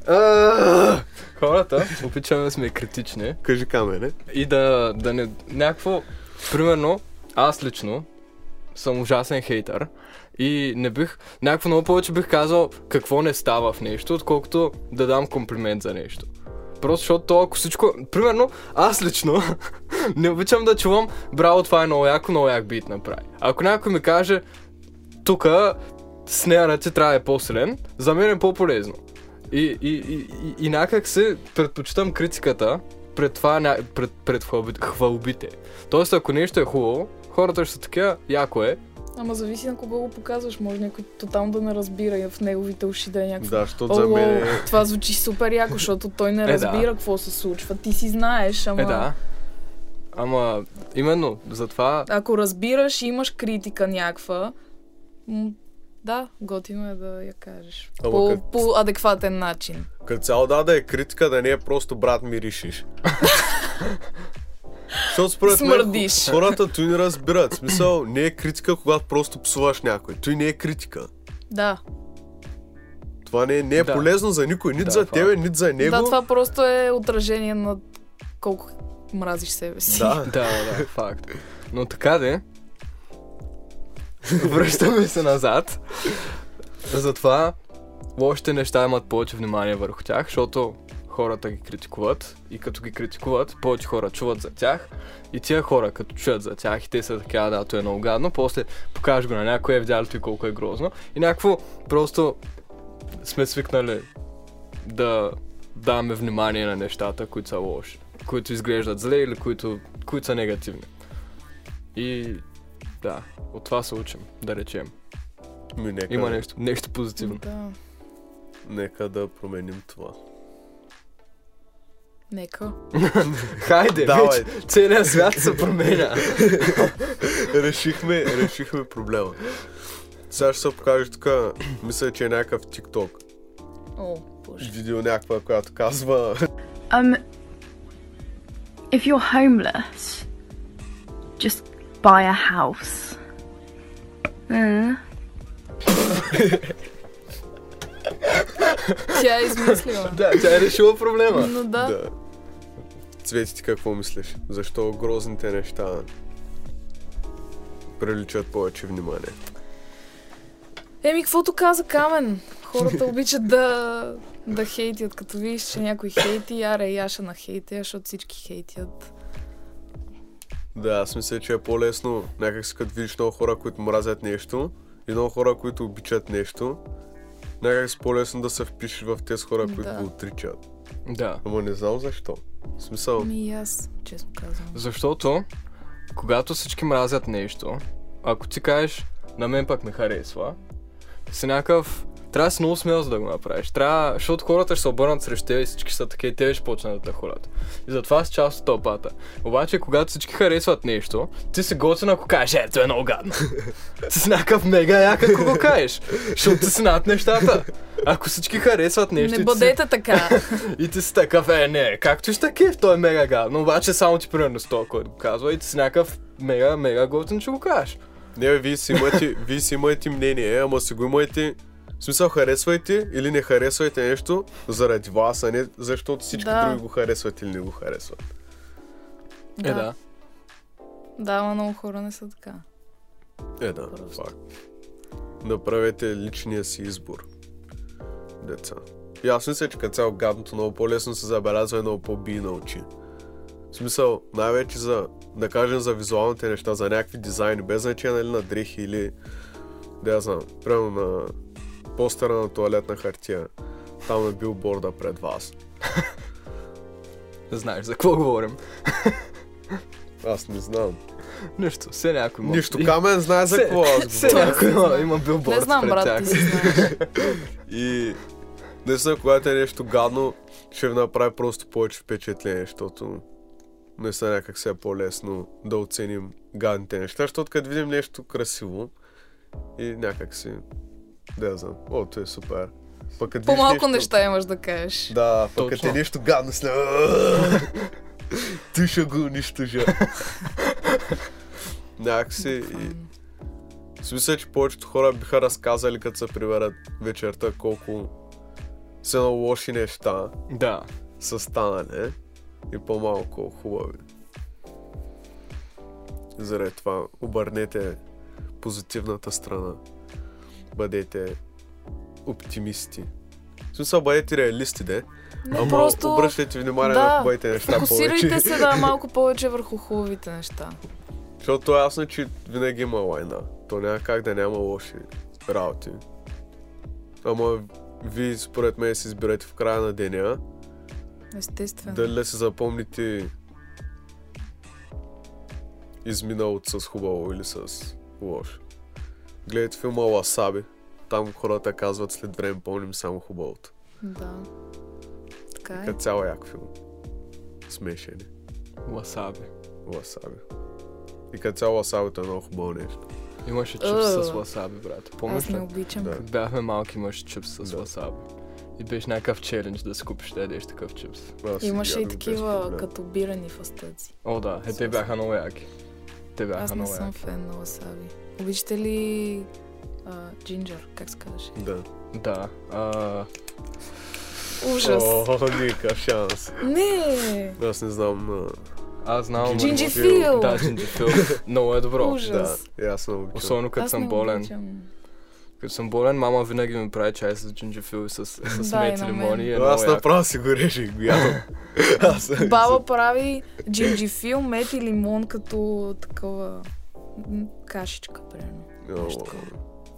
А, Хората обичаме да сме критични
Кажи камене.
и да, да не... Някакво... Примерно, аз лично съм ужасен хейтър и не бих... Някакво много повече бих казал какво не става в нещо, отколкото да дам комплимент за нещо. Просто защото то, ако всичко... Примерно, аз лично <laughs> не обичам да чувам браво, това е много яко, много як бит направи. Ако някой ми каже тука снеярът ти трябва да е по-силен, за мен е по-полезно. И, и, и, и, и някак се предпочитам критиката пред, това, ня- пред, пред хвалби- хвалбите. Тоест, ако нещо е хубаво, хората ще са така, яко е.
Ама зависи на кого го показваш. Може някой тотално да не разбира и в неговите уши да е някакво.
Да, защото за
О,
мен е...
това звучи супер яко, защото той не
да.
разбира какво се случва. Ти си знаеш, ама
Е, да. Ама, именно, затова
ако разбираш и имаш критика някаква, м- да, готино е да я кажеш.
Ама
По,
как-
по адекватен начин.
Като цяло да, да е критика, да не е просто брат ми решиш. Защото според мен
Смърдиш.
хо- хората той не разбират. В Смисъл, не е критика, когато просто псуваш някой. Той не е критика.
Да.
Това не е, не е
Да.
полезно за никой, нито
Да,
за
това- е.
тебе, нито за него.
Да, това просто е отражение на колко мразиш себе си. <laughs>
Да.
Да, да, да, факт. Но така де. <laughs> Връщаме се назад. Затова лошите неща имат повече внимание върху тях, защото хората ги критикуват и като ги критикуват, повече хора чуват за тях и тия хора като чуят за тях и те са така, да, то е много гадно, после покажеш го на някой, е видял и колко е грозно и някакво просто сме свикнали да даваме внимание на нещата, които са лоши, които изглеждат зле или които, които са негативни. И да, от това се учим, да речем.
Ми, нека,
Има нещо, нещо позитивно.
да.
нека да променим това.
Нека.
Хайде,
Давай.
вече целият свят се променя.
решихме, решихме проблема. Сега ще се покажа тук, мисля, че е някакъв TikTok.
О, боже.
Видео някаква, която казва
Um, if you're homeless, just buy a house. Mm.
Тя е измислила.
да, тя е решила проблема.
Но да.
Да. Цвети ти какво мислиш? Защо грозните неща приличат повече внимание?
Еми, каквото каза Камен. Хората обичат да, да хейтят. Като видиш, че някой хейти, аре, яша на хейти, защото всички хейтят.
Да, аз мисля, че е по-лесно някак си като видиш много хора, които мразят нещо и много хора, които обичат нещо. Някак си по-лесно да се впишеш в тези хора, които
Да.
го отричат.
Да.
Ама не знам защо. В смисъл,
Ми Ами и аз, честно казвам.
Защото, когато всички мразят нещо, ако ти кажеш, на мен пък ме харесва, си някакъв... Трябва да си много смел за да го направиш. Трябва, защото хората ще се обърнат срещу тебе и всички са така и те ще почнат да хората. И затова си част от тълпата. Обаче, когато всички харесват нещо, ти си готин ако кажеш, е, то е много гадно. ти си някакъв мега як ако го кажеш. Защото ти си над нещата. Ако всички харесват нещо,
Не
и Е, ти си
бъдете така.
и ти си такъв, е, не, както ще такив, той е мега гадно, обаче само ти примерно сто, който го казва и ти си някакъв мега, мега готин, че го кажеш.
не, бе, вие си,
<laughs>
имате, вие си имате мнение, е, ама си го имайте. В смисъл, харесвайте или не харесвайте нещо заради вас, а не защото всички
Да.
други го харесват или не го харесват.
Е, да.
Да, ама много хора не са така.
Е, да,
Просто.
факт. Направете личния си избор. Деца. И аз мисля, че като цяло гадното много по-лесно се забелязва и много по-би на очи. В смисъл, най-вече за, да кажем, за визуалните неща, за някакви дизайни, без значение нали, на дрехи или, да я знам, прямо на постера на туалетна хартия. Там е билборда пред вас.
Знаеш за какво говорим.
Аз не знам.
Нищо, все някой може.
Нищо, камен знае за какво аз говоря.
Все някой има,
знам.
има билборд
не знам,
пред
брат,
тях.
ти си знаеш.
И наистина, когато е нещо гадно, ще ви направи просто повече впечатление, защото наистина някак се е по-лесно да оценим гадните неща, защото като видим нещо красиво и някак си, да я знам, о, то е супер. Пък като видиш
По-малко
нещо,
неща имаш да кажеш.
Да, пък като
Точно.
е нещо гадно, си ти ще го унищожа. Някакси и
Фан.
в смисъл, че повечето хора биха разказали, като се приберат вечерта, колко са на лоши неща
Да.
са станали и по-малко хубави. Заради това обърнете позитивната страна. Бъдете оптимисти. В смисъл, бъдете реалисти, де.
Не,
Ама
просто
обръщайте внимание
да,
на хубавите неща
фокусирайте
повече.
се да малко повече върху хубавите неща.
Защото е ясно, че винаги има лайна. То няма как да няма лоши работи. Ама вие според мен си изберете в края на деня.
Естествено.
Дали да си запомните изминалото с хубаво или с лошо. Гледайте филма Ласаби. Там хората казват след време помним само хубавото.
Да. Така е.
Като цял як филм. Смешен е.
Ласаби.
Ласаби. И като цяло ласабито е много хубаво нещо.
Имаше чипс
Ъ.
с ласаби, брат.
Аз
Помниш ли?
не обичам.
Да.
Като бяхме малки, имаше чипс с ласаби. И беше някакъв челендж да си купиш да ядеш такъв чипс.
Аз си ги
Имаше и
ядох без
такива
проблем.
като бирани фастъци.
О, да. Е, те бяха много яки. Те
Аз
бяха
не
много
съм
яки.
фен на ласаби. Обичате ли а, джинджер, как се казваше?
Да.
Да. А,
Ужас.
О, никакъв шанс.
Не!
Аз не знам. а,
аз знам...
Джинджифил!
Да, джинджифил. <laughs> много е добро.
Да,
Ужас.
и аз не обичам.
Особено като
Аз
съм
не
болен. <laughs>
обичам.
Като съм болен, мама винаги ми прави чай с джинджифил и с, с
Да, и
мед и
на мен.
лимони. и е
Но аз
много яко.
направо си го режих и го
<laughs>
ядам. Аз
Баба прави джинджифил, мед и лимон като такава м, кашичка, примерно.
Йо,
нещо такова.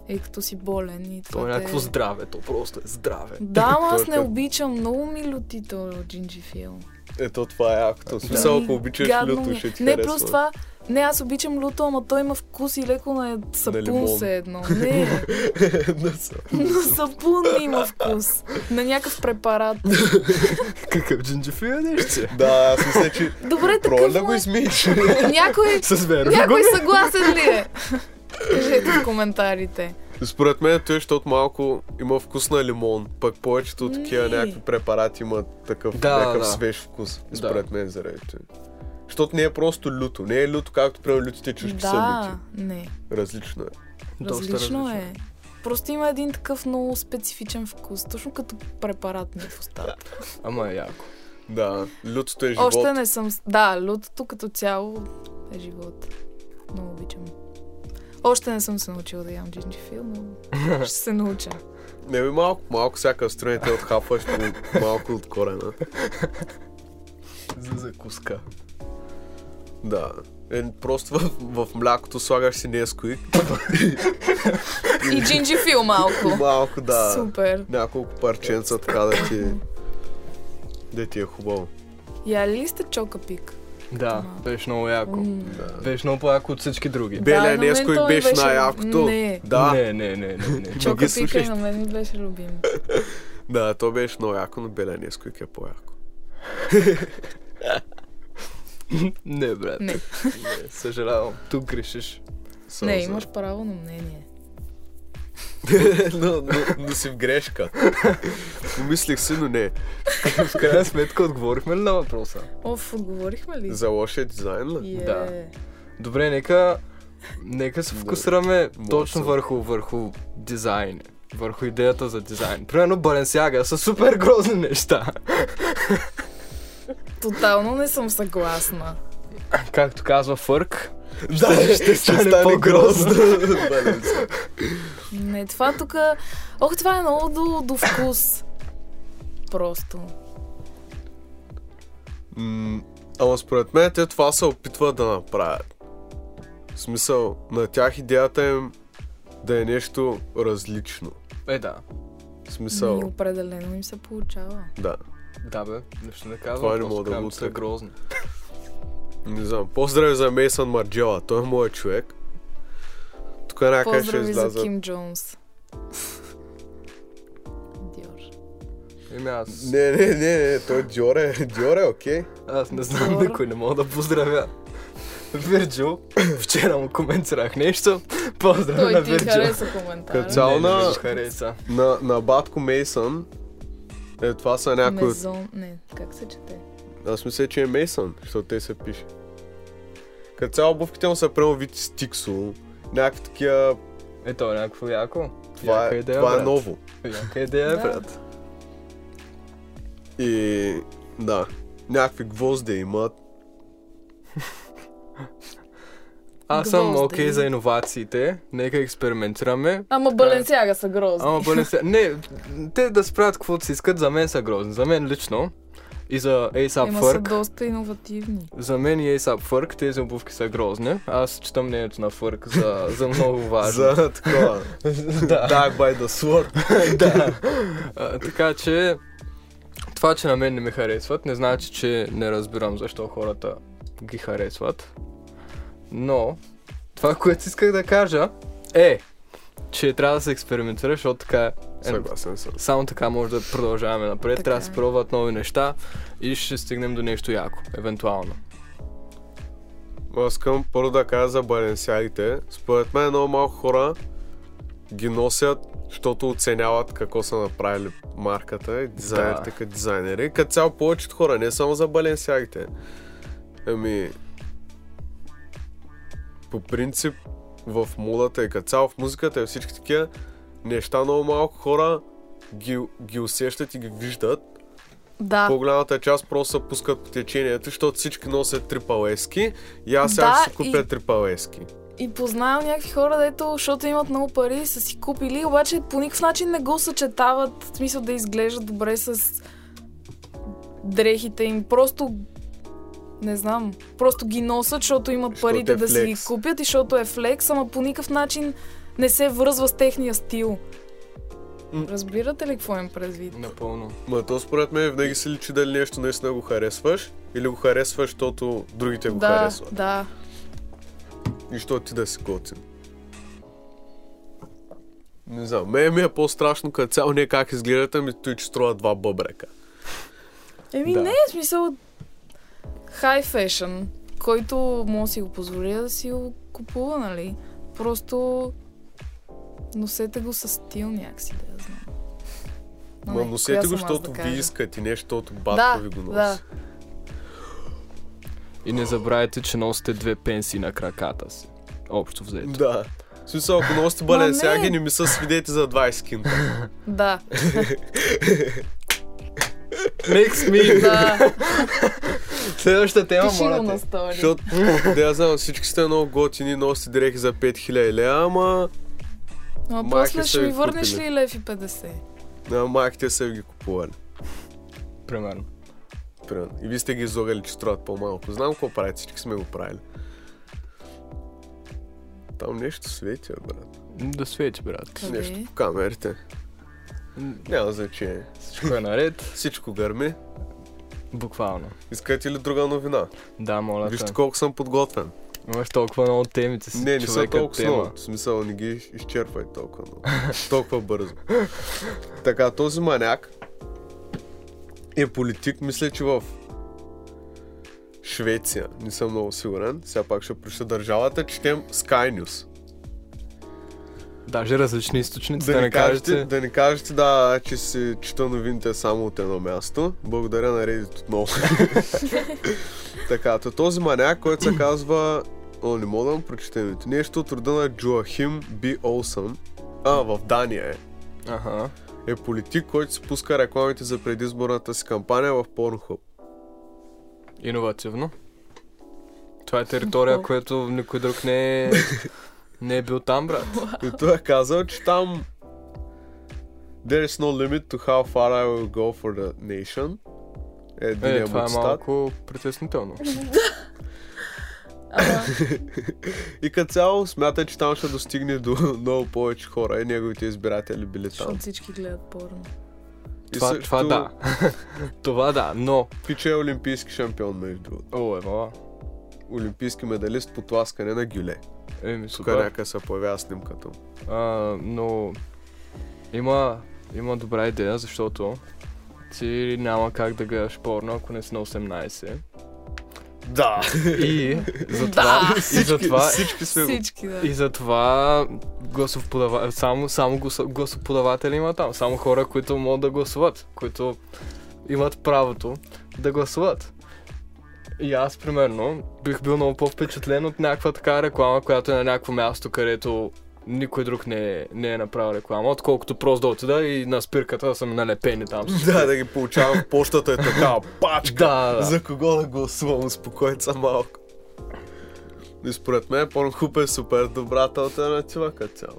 Е, като си болен и
То е
това те-
някакво здраве, то просто е здраве.
Да,
<laughs>
ама аз
Той
не
как-
обичам. Много ми люти то джинджифил.
Ето това е якото. В смисъл, ако
Ми,
обичаш
гадно ми
люто,
е.
ще ти
Не,
харесва. <laughs>
просто това... Не, аз обичам люто, ама той има вкус и леко на е- сапун
лимон.
все едно. Не,
Не съм.
на сапун има вкус. На някакъв препарат.
Какъв е, джинджифил ядеш ти?
Да, аз мисля, че
Добре,
Проле
такъв
да го
му е.
измиеш.
Някой,
С веро.
някой съгласен ли е? Кажете в коментарите.
<laughs> Според мен той, защото малко има вкус на лимон, пък повечето от такива
Ми.
някакви препарати имат такъв
Да,
някакъв
да.
свеж вкус.
Да.
Според мен заради това. Защото не е просто люто. Не е люто, както при лютите чушки са люти.
Да, не.
Различно е.
Доста
Различно е. Просто има един такъв много специфичен вкус, точно като препарат ми е в устата.
Ама е яко.
Да, лютото е живот.
Още не съм... с- Да, лютото като цяло е живот. Много обичам. Още не съм се научила да ям джинджифил,
<laughs>
но ще се науча.
Не би малко, малко всяка страна те отхапваш по малко от корена.
За закуска.
Да. Е, просто в, в млякото слагаш си нескои.
И джинджифил малко.
Малко <laughs> да.
Супер.
Няколко парченца така да ти, да ти е хубаво.
Яли ли сте чокапик?
Да,
Малко.
беше много яко.
М.
Да.
Беше много по-яко от всички други.
Бе- на
Белия
мен
Неско и
той
беше
беше-
най-якото.
Не.
Да,
Не, не, не, не, не. <laughs>
Чо- ги
Чокапика
слушай.
на мен ми беше любим.
да, то беше много яко, но Белия Неско е по-яко.
Не, брат.
Не.
Не, Съжалявам. Тук грешиш.
Само
Не,
за-
имаш право на мнение.
<laughs> но, но, но, си в грешка. Помислих си, но не.
В крайна сметка отговорихме ли на въпроса?
Оф, отговорихме ли?
За лошия дизайн ли?
Е.
Да. Добре, нека... Нека се фокусираме
Може
точно
да.
върху, върху дизайн. Върху идеята за дизайн. Примерно Баленсяга са супер грозни неща.
Тотално не съм съгласна.
Както казва Фърк,
Да,
ще стане по-грозно.
грозно. Баленсиага.
Не, това тук... Ох, това е много до, до вкус. Просто.
М, Ама според мен те това се опитват да направят. В смисъл, на тях идеята им да е нещо различно.
Е, да.
В
So. И
смисъл,
определено им се получава.
да.
Да, бе. Нищо не казвам.
Това е, не
просто
мога да
казвам,
го
че са
отрека.
грозни.
Не знам. Поздрави за Мейсън Марджела. Той е моят човек. Тук някъде ще
Поздрави за
излязат.
Ким Джонс.
<laughs>
Диор.
Еми аз...
Не, не, не, не, той Диор <laughs> е, Диор е окей.
Аз не знам
Добре.
никой, не мога да поздравя. Вирджил, вчера му коментирах нещо. Поздрави на
Той ти
Вирджил.
хареса коментара.
Като цяло-
Не, не
на-
ми хареса.
На, на батко Мейсън, е, това са някои от...
Мезон... Не, как се чете?
Аз мисля, че е Мейсън, защото те се пише. Като цяло обувките му са прямо вид стиксо, някакви такива...
Ето, някакво яко.
Това,
Яка
е,
идея,
това е
брат.
ново.
Яка идея,
Да.
брат.
И да, някакви гвозди имат.
Аз съм
Гвозди.
окей за иновациите. Нека експериментираме.
Ама Баленсяга са грозни.
Ама бъде се... Не, те да спрат каквото си искат, за мен са грозни. За мен лично. и за ASAP
Ема са
Ferg.
доста иновативни.
За мен и ASAP Ferg, тези обувки са грозни. Аз читам мнението на Фърк за,
<laughs>
за много важно.
За такова.
<laughs> да.
Die by the sword.
да. А, така че, това, че на мен не ми харесват, не значи, че не разбирам защо хората ги харесват. Но, това, което исках да кажа е, че трябва да се експериментира, защото така е.
Съгласен съм.
Само така може да продължаваме напред.
Така
Трябва да се
е.
пробват нови неща и ще стигнем до нещо яко, евентуално.
Аз искам първо да кажа за баленсиагите. Според мен много малко хора ги носят, защото оценяват какво са направили марката и дизайнерите
Да.
като дизайнери. Като цяло повечето хора, не само за баленсиагите. Ами, по принцип в модата и като цяло в музиката и всички такива неща много малко хора ги, ги усещат и ги виждат.
Да.
По-голямата част просто се пускат по течението, защото всички носят трипалески и аз сега
Да,
ще си купя
и-
трипалески.
И познавам някакви хора, дето, защото имат много пари, са си купили, обаче по никакъв начин не го съчетават, в смисъл да изглеждат добре с дрехите им. Просто не знам, просто ги носят, защото имат
Защото
парите
е
да си ги
флекс.
купят и защото е флекс, ама по никакъв начин не се връзва с техния стил.
М.
Разбирате ли какво им предвид?
Напълно.
Ма то според мен винаги се личи дали нещо наистина го харесваш или го харесваш, защото другите го
да,
харесват.
да.
И защото ти да си готин. Не знам, мен ми е по-страшно като цяло не как изглеждат, ами той, че струва два бъбрека.
Еми
Да.
да. не, в смисъл хай фешън, който може да си го позволя да си го купува, нали? Просто носете го с стил някакси, да я знам. Но
Ма
не,
носете
Ами, коя
го,
съм аз да
защото ви
кажа?
искате, не защото батко ви го носи.
да.
И не забравяйте, че носите две пенсии на краката си. Общо взето.
Да. В смисъл,
<laughs>
ако носите
Ма не.
баленсиаги, не ми са свидете за 20 кинта.
Да,
Makes me!
да.
Следващата тема,
Пиши го
моля
на
те.
стори.
Защото, да я знам, всички сте много готини, носите дрехи за 5000 лева, ама
Но
Майки
после
са
ще
ви
ми върнеш
купили.
ли лев и 50?
на майките са ви ги купували.
Примерно.
Примерно. И вие сте ги излагали, че струват по-малко. Знам какво правят, всички сме го правили. Там нещо свети, бе, брат.
М, Да свети, брат.
Къде?
Нещо по камерите. Няма значение.
Всичко
<laughs>
е наред.
Всичко гърми.
Буквално.
Искате ли друга новина?
Да, моля
Вижте
те.
колко съм подготвен.
Имаш толкова много темите си.
Не, не са
човека,
толкова
тема.
много. В смисъл, не ги из- изчерпвай толкова много. <laughs> толкова бързо. така, този маняк е политик, мисля, че в Швеция. Не съм много сигурен. Сега пак ще прочета държавата. Четем Sky News.
Даже различни източници,
Да, не кажете, да не кажете, да, че си чета новините само от едно място. Благодаря на Reddit отново. така, то този маняк, който се казва... О, не мога да му прочета името. Нещо от рода на Joachim B. Olsen. А, в Дания е.
Аха.
Е политик, който си пуска рекламите за предизборната си кампания в Pornhub.
Иновативно. Това е територия,
Ой.
която никой друг не е... не е бил там, брат.
И той е казал, че там There is no limit to how far I will go for the nation. Е,
Е,
единия му
това е
цитат.
малко притеснително.
Ама,
И като цяло смята, че там ще достигне до <laughs> много повече хора и неговите избиратели били там.
защото всички гледат порно.
И
Това, това <laughs> да. това да, но...
Пиче е олимпийски шампион, между другото.
О, е, ева.
Олимпийски медалист по тласкане на гюле.
Еми,
Тук
Е, супер.
някъде се появява снимката му.
А, но има, има добра идея, защото ти няма как да гледаш порно, ако не си на <laughs> 18.
<laughs> Да!
И затова, и затова,
Всички сме го.
Всички, да.
и затова гласоподава... само, само глас- гласоподаватели има там. Само хора, които могат да гласуват, които имат правото да гласуват. И аз, примерно, бих бил много по-впечатлен от някаква така реклама, която е на някакво място, където никой друг не е, не е направил реклама, отколкото просто да отида и на спирката да са ми налепени
<laughs>
там.
Да, да ги получавам в почтата е такава пачка.
Да, да.
За кого да гласувам? Успокоен съм малко. И според мен Pornhub е супер добрата альтернатива като цяло.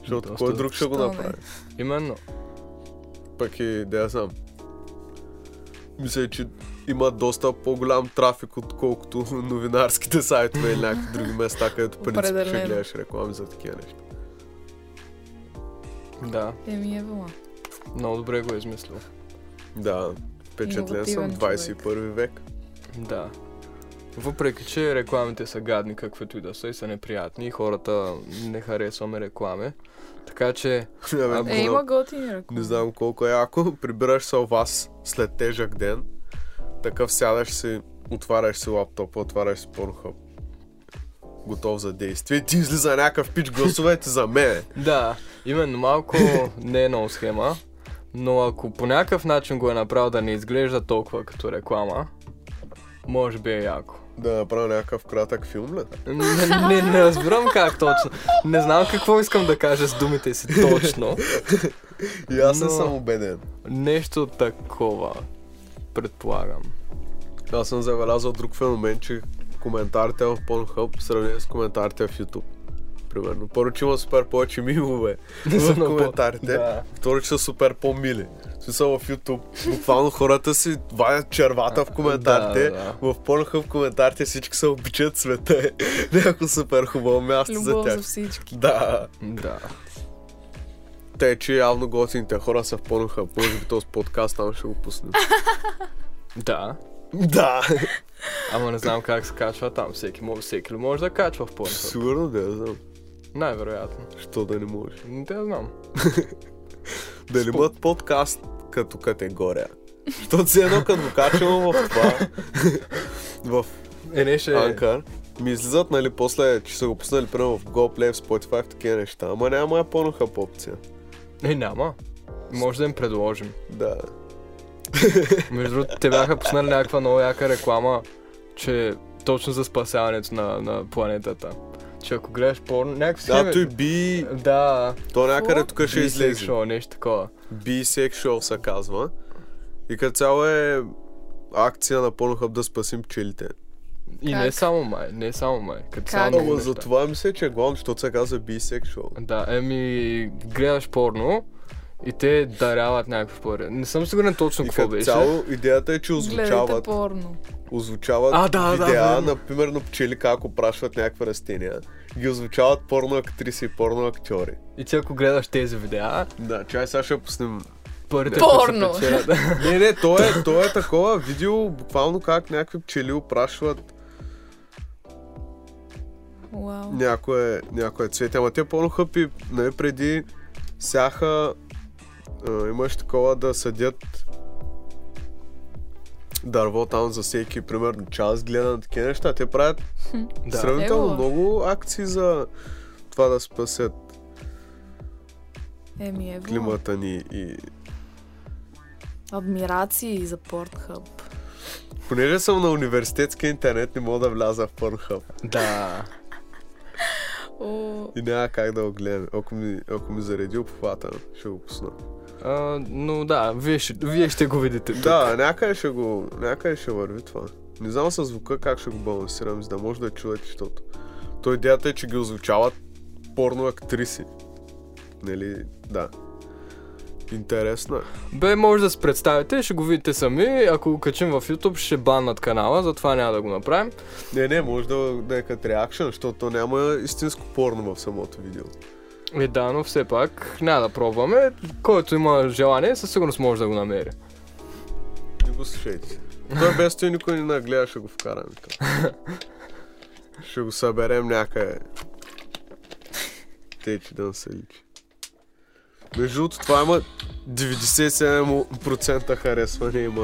Защото
Доста-
кой друг ще го
Що не?
направи?
Именно.
Пък и да я знам. мисля, че има доста по-голям трафик, отколкото <laughs> новинарските сайтове или някакви други места, където в принцип ще
Определено.
гледаш реклами за такива неща.
Да,
Еми, Евала.
много добре го е измислил.
Да, впечатлен съм,
Иновативен човек.
21 век. <laughs>
Да. Въпреки, че рекламите са гадни, каквито и да са, и са неприятни, и хората не харесваме реклами. Така че,
Абе,
Е,
не
Е,
знам-
има готини ръко.
Не знам колко е ако прибираш се у вас след тежък ден, такъв сядаш си, отваряш си лаптопа, отваряш си Pornhub. Готов за действие. Ти излиза някакъв пич гласовете за мен.
да, именно малко не е много схема, но ако по някакъв начин го е направил да не изглежда толкова като реклама, може би е яко.
Да направя някакъв кратък филм ли?
Не, не, не разбирам как точно. Не знам какво искам да кажа с думите си точно.
И аз не
Но-
съм убеден.
Нещо такова, предполагам.
Аз съм забелязал друг феномен, че коментарите в Pornhub в сравнение с коментарите в YouTube. Примерно. Първо, че има супер повече мимове
Са
в
на по-
коментарите.
Да.
Второ, че са супер по-мили. В смисъл в YouTube. Буквално хората си вадят червата в коментарите.
Да,
В Pornhub коментарите всички се обичат света. <laughs> Е някакво супер хубаво място за
Любов
тях.
за всички.
Да.
Да.
Те, че явно готините хора са в Pornhub. Може би този подкаст там ще го пуснем.
Да.
да. <laughs>
Ама не знам как се качва там. Всеки, може, всеки ли може да качва в порно?
Сигурно да я знам.
Най-вероятно.
Що да не може.
Не те знам.
Да не
Спо-
бъдат подкаст като категория. Защото си едно като го качвам в това, в
Е, не ще...
Анкар, ми излизат, нали, после, че са го пуснали, примерно в GoPlay, в Spotify, в такива неща. Ама няма я пълнаха по опция.
Е, няма. Може да им предложим.
Да.
Между другото, те бяха пуснали някаква много яка реклама, че точно за спасяването на, на планетата. Че ако гледаш порно, някакви
Да,
схеми...
той би...
Да,
То някъде
Какво?
тук ще
Bisexual,
излезе.
нещо такова.
Bisexual се казва. И като цяло е акция на Pornhub да спасим пчелите.
И
Как?
не само май, не само май. Като
Как?
само
Ама
много
за
неща.
това мисля, че е главно, защото се казва bisexual.
Да, еми, гледаш порно и те даряват някакви пари. Не съм сигурен точно
И
какво
като
беше.
цяло идеята е, че
Гледайте
озвучават
порно.
озвучават а,
А,
да,
да, да,
видеа, да,
верно.
например, на пчели как опрашват някакви растения. Ги озвучават порно актриси и порно актьори.
И ти ако гледаш тези видеа,
Да, чай сега ще пуснем.
парите
Порно!
които се
<laughs>
печелят-
Не, не, то е, то е такова видео, буквално как някакви пчели опрашват
Уау.
някое, някое цвете. Ама те порно хъпи, нали, преди сяха а, имаш такова да съдят дърво там за всеки, примерно час гледа на такива неща. Те правят Да.
да.
Сравнително
Ево.
много акции за това да спасят
Еми, Евала.
климата ни и
Адмирации за Портхъб.
понеже съм на университетски интернет не мога да вляза в Pornhub
да.
О,
и няма как да го гледам. Ако ми, ако ми зареди обхвата, ще го пусна.
А, но да, вие ще, вие ще го видите. тук.
Да, някъде ще го, някъде ще върви това. Не знам със звука как ще го балансирам, за да може да чуете, защото то идеята е, че ги озвучават порно актриси. Нали, да. Интересно е.
Бе, може да се представите, ще го видите сами. Ако го качим в YouTube, ще баннат канала, затова няма да го направим.
Не, не, може да, да е като реакшън, защото няма истинско порно в самото видео.
Е, да, но все пак няма да пробваме. Който има желание, със сигурност може да го намери.
Не го слушайте. Той без той никой не нагледа, ще го вкараме. тук. ще го съберем някъде. Те, че да не се личи. Между другото, това има 97% харесване има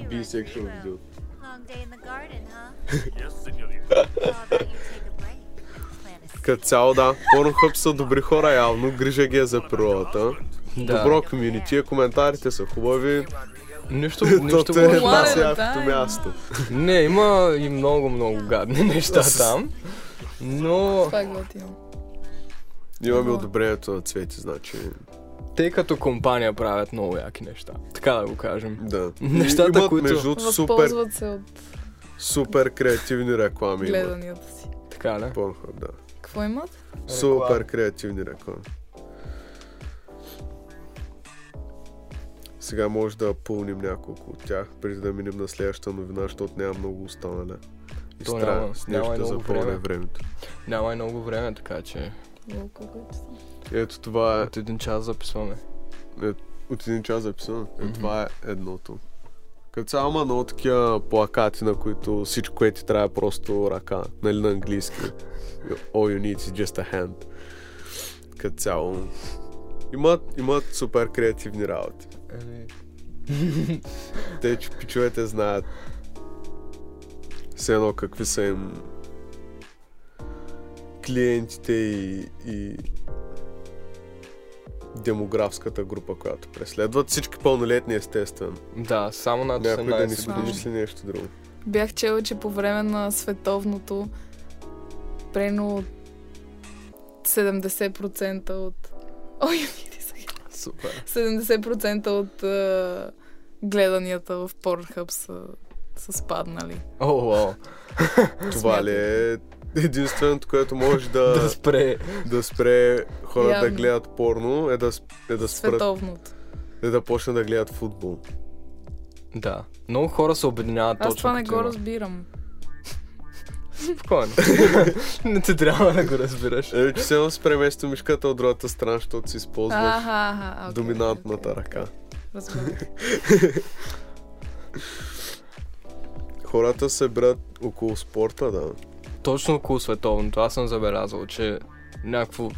Hey,
bisexual
Rodrigo.
видео.
Long day in the garden, huh?
Yes, senorita.
How about you take a break and plan a
Като цяло, да. Pornhub са добри хора явно, грижа ги е за природата.
Да.
Добро комюнити, коментарите са хубави.
<laughs> Нищо, нищо
Тото е
лошо.
What a
най-сякото
time.
място.
Не, има и много, много гадни <laughs> неща там. Но
това е готино.
Имаме одобрението на цвети, значи.
те като компания правят много яки неща. Така да го кажем.
Да.
Нещата,
имат,
които-
между другото, супер,
Възползват се от
супер креативни реклами. имат.
гледанията си.
Така да.
Pornhub, да.
Какво имат?
Супер креативни реклами. Сега може да пълним няколко от тях, преди да минем на следващата новина, защото няма много останали. И
То
трябва
няма-
с
няма
нещо
и
да
много
запълня
време.
времето.
Няма и много време, така че
Ето това е
от един час записваме.
от един час записано. Е,
Мгм.
Това е едното. Като цяло има много такива плакати, на които всичко, което ти трябва е просто ръка. Нали на английски. All you need is just a hand. Като цяло. Имат, имат супер креативни работи. ами,
Еми,
Те, че пичовете знаят все едно какви са им клиентите и, и демографската група, която преследват. Всички пълнолетни, естествено.
Да, само над
Някой да не
18
си
години.
години.
помисли нещо друго.
Бях чела, че по време на световното прено 70% от... Ой, види се.
Супер.
70% от а, гледанията в Pornhub са, са спаднали.
О, вау.
Това ли е единственото, което може
Да
да,
спре.
да спре хора да
Явно.
гледат порно, е да, сп- е да спрат,
Световното.
е да почнат да гледат футбол.
Да. Много хора се обединяват
Аз
точно.
това не
като
го
има.
разбирам.
Спокойно. <laughs> не ти трябва да го разбираш.
Е, че се спреместо мишката от другата страна, защото си използваш
Аха, аха, окей,
доминантната
окей,
ръка.
Разбрах.
Хората се брат около спорта, да.
Точно около световното. Аз съм забелязал, че някакво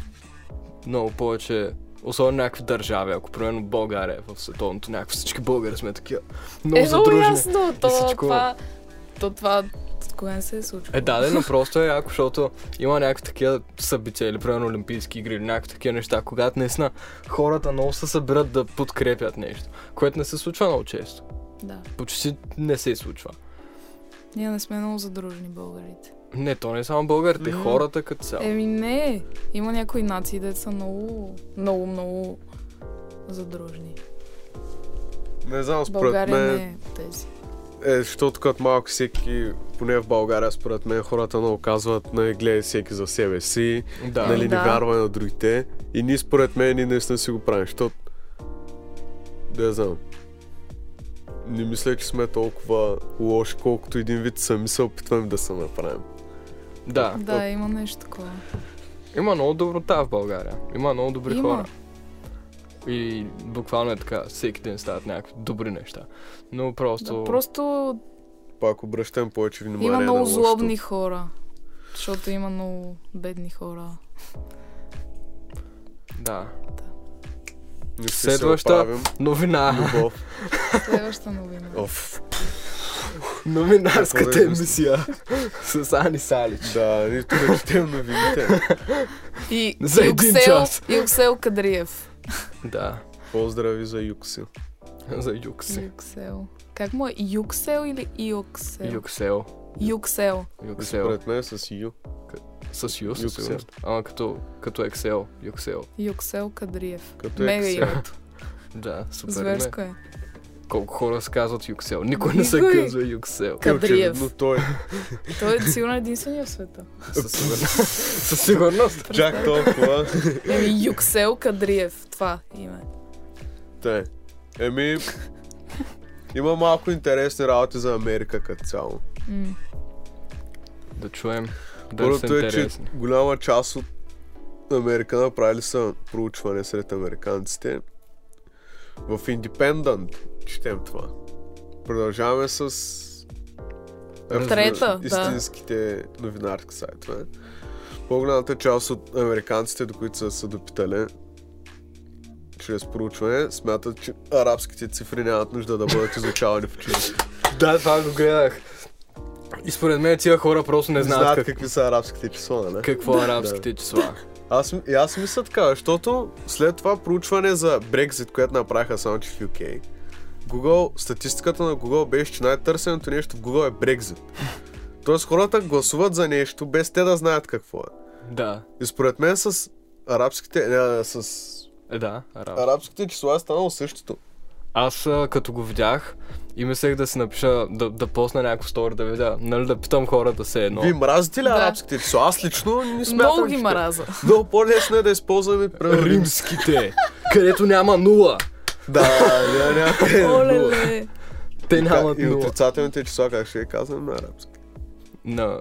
много повече Особено някакви държави, ако примерно България е в световното, някакви всички българи сме такива. Много
Е, много
задружени.
ясно. То,
всичко.
това, то това кога не се е случило?
Е, да, да, но просто е яко, защото има някакви такива събития, или примерно Олимпийски игри, или някакви такива неща, когато наистина хората много се събират да подкрепят нещо, което не се случва много често.
да.
Почти не се случва.
Ние не сме много задружени българите.
Не, то не е само българите,
Мгм.
хората като цяло.
Еми не. Има някои нации, де са много, много, много задружни.
Не знам, според
България
мен...
не е тези.
Е, защото като малко всеки, поне в България, според мен, хората много казват, не гледай всеки за себе си,
Да.
нали, не
Да.
вярвай на другите. И ние, според мен, ние наистина си го правим, защото... Да я знам. Не мисля, че сме толкова лоши, колкото един вид сами се опитваме да се направим.
да.
Да, има нещо такова.
Има много доброта в България. Има много добри
Има.
хора. И буквално е така, всеки ден стават някакви добри неща. Но просто...
Да, просто
Пак обръщам повече внимание
Има
на
много
лошото.
злобни хора. Защото има много бедни хора.
Да.
Не ще се
Следваща-
оправим.
Новина.
Любов.
Следваща новина.
Оф,
Новинарската
Какво е мисля?
емисия с Ани Салич.
да, ние тук четем новините.
И
За един
Юксел,
час.
Юксел Кадриев.
Да.
Поздрави за Юкси.
За Юкси.
Юксел. Как му е? Юксел или Иоксел?
Юксел.
Юксел.
Юксел.
Според мен с Ю.
С Ю, със
Юксел.
сигурност. Ама като, като Ексел. Юксел.
Юксел Кадриев.
е
Като
Мега
Excel.
<laughs>
името.
Да, супер. име.
Зверско е.
Колко хора се казват Юксел. Никой не се
Никой.
казва Юксел.
Е,
Кадриев.
Очевидно той.
Той е сигурно единствения
<laughs>
в света.
Със сигурност. <laughs> Със сигурност.
Чак толкова.
Еми, Юксел Кадриев. Това име.
Те. Еми, има малко интересни работи за Америка като цяло.
М.
Да чуем. Да са
Първото е, че
интересни.
голяма част от Америка направили са проучване сред американците. В Independent четем това. Продължаваме с
Трета, да.
истинските новинарски сайтове. По-голямата част от американците, до които са се допитали чрез проучване, смятат, че арабските цифри нямат нужда да бъдат изучавани в училище.
Да, това го гледах. И според мен тия хора просто не знаят, как,
какви са арабските числа, нали?
какво е арабските числа.
Аз, м- и аз мисля така, защото след това проучване за Брекзит, което направиха само че в UK, Google, статистиката на Google беше, че най-търсеното нещо в Google е Брекзит. Тоест хората гласуват за нещо, без те да знаят какво е.
Да.
И според мен с арабските, не, с
Е, Да, араб.
арабските числа е станало същото.
Аз а, като го видях и мислех да си напиша, да, да посна някакво стори, да видя, нали, да питам хората се едно.
Вие мразите ли
Да.
арабските числа? Аз лично не смятам,
Много ги
че-
мараза.
Много по-лесно е да използваме примерно,
Римските, където няма нула.
Да, няма
е
някъде. нула.
Оле-ле.
Те
И ка-
нямат
И
нула.
отрицателните числа, как ще ги казвам на арабски?
На...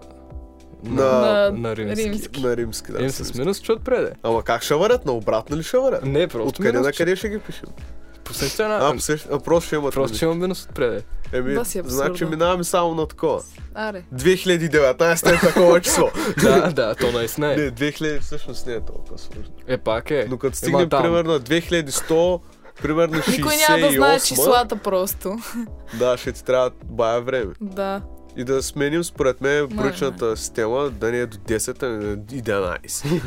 На-
На
на римски.
римски.
На римски, да.
Им Е, с минус чуят преде.
Ама как ще върят? На обратно ли ще върят?
Не, просто е.
От къде
минус
на къде ще ги пишем?
чуят. По същия
А,
начин.
всъщ- а просто ще имат
Просто
минус.
ще имам минус
<laughs>
отпреде.
Еми,
Да, си е абсурдно.
значи минаваме само на такова.
Аре.
2019 е такова
<laughs>
число.
да, да, то наистина е.
Не, 2000 всъщност не е толкова сложно.
Е, пак е.
Но като
Ема
стигнем
там.
примерно 2100, примерно 68,
Никой няма да знае числата просто.
да, ще ти трябва бая време.
Да.
И да сменим според мен
Май,
бръчната система да не е до 10, а на 11.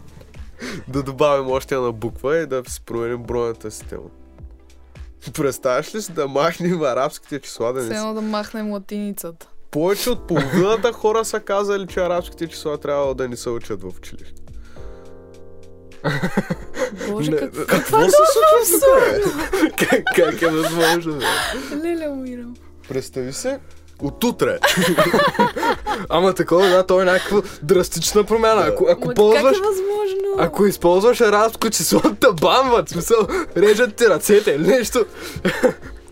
<laughs> да добавим още една буква и да си променим бройната система. Представяш ли си да махнем арабските числа, да
Все
не са
едно да махнем латиницата.
Повече от половината хора са казали, че арабските числа трябва да не се учат в училище.
Боже,
Не,
как...
Какво, се случва тук? бе?
как, как е възможно? бе?
Леле, умирам.
Представи се, от утре.
Ама такова, да, то е някаква драстична промяна. Ако, ако
Ма
ползваш...
Как е възможно?
Ако използваш арабско число, да бамват, в смисъл, режат ти ръцете <laughs> или нещо.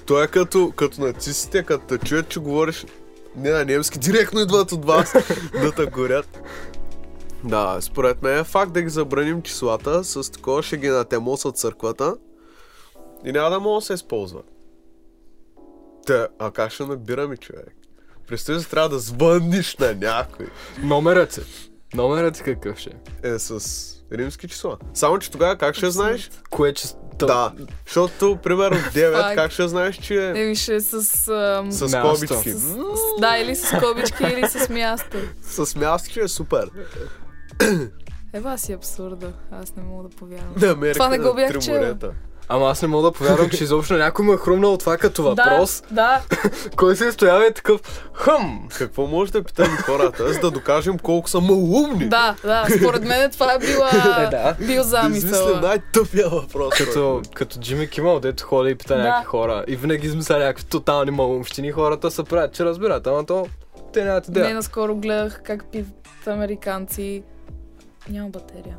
Той е като, като нацистите, като те чуят, че говориш не на немски, директно идват от вас да те горят. Да, според мен е факт да ги забраним числата, с такова ще ги натемосат църквата и няма да мога да се използва. Та, а как ще набираме човек? Представи се, трябва да звъниш на някой.
Номерът се. Номерът се какъв ще е?
е с римски числа. Само, че тогава как ще знаеш?
Кое че...
Да, защото, примерно, 9,
Факт.
как ще знаеш, че е
Еми ще е с... ам, с...
с
Място.
кобички?
с- Да, или с кобички, или с място.
С място ще е супер.
Ева си абсурда. Аз не мога да повярвам.
Да, Америка,
Това не го
на
бях
три
чела.
морета.
Ама аз не мога да повярвам, че изобщо някой му е хрумнал това като въпрос,
<laughs> Да, да.
кой се стоява и е такъв хъм.
Какво може да питаме хората, за да докажем колко са малумни?
Да, да, според мен това е била,
<laughs> Е, да.
бил
да измислим
замисъл.
най-тъпия въпрос.
Като,
който-
като Джимми Кимъл, дето ходи и пита
Да.
някакви хора. И винаги измисля някакви тотални малумщини. Хората се правят, че разбират, ама то те нямат
Не,
идея.
наскоро гледах как пият американци. Няма батерия.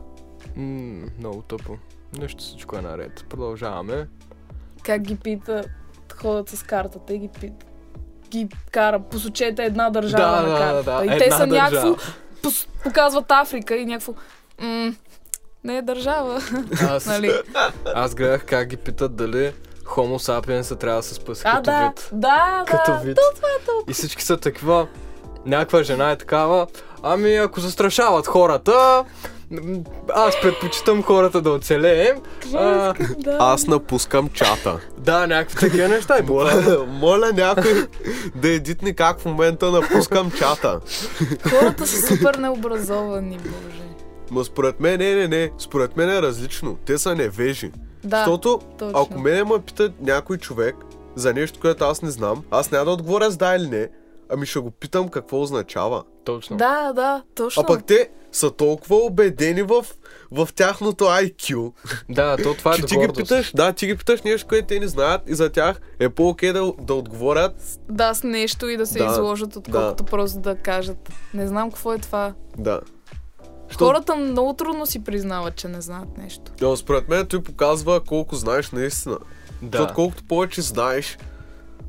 М, много тъпо. Нещо всичко е наред. Продължаваме.
Как ги пита, ходят с картата и ги пита. Ги кара, посочете една държава
Да,
на
да, да, да.
картата. И те
Една
са някакво,
държава.
пос- показват Африка и някакво... м, не е държава, <laughs>
Аз,
нали?
аз гледах как ги питат дали Homo sapiens трябва да се спаси
А,
като
да,
вид.
да,
Като
да.
вид.
То това е толкова.
И всички са такива. Някаква жена е такава. Ами ако застрашават хората, м, аз предпочитам хората да оцелеем. А,
Класика, Да.
Аз напускам чата.
да, някакви такива неща. И буквално
Моля, моля някой да едитне как в момента напускам чата.
Хората са супер
<laughs>
необразовани, боже.
Но според мен, не, не, не. Според мен е различно. Те са невежи.
Да,
Защото
точно.
ако мене ме пита някой човек за нещо, което аз не знам, аз няма да отговоря с да или не, ами ще го питам какво означава.
Точно.
да, да, точно.
А пък те са толкова убедени в, в тяхното IQ,
Да, то това е
че
до
ти ги
гордост.
питаш, да, ти ги питаш нещо, което те не знаят и за тях е по-окей да, да отговорят.
Да, с нещо и да се
Да,
изложат, отколкото просто да кажат. Не знам какво е това.
Да. Що-
Хората много трудно си признават, че не знаят нещо.
Но Е, според мен той показва колко знаеш наистина. Да.
Да.
Защото колкото повече знаеш,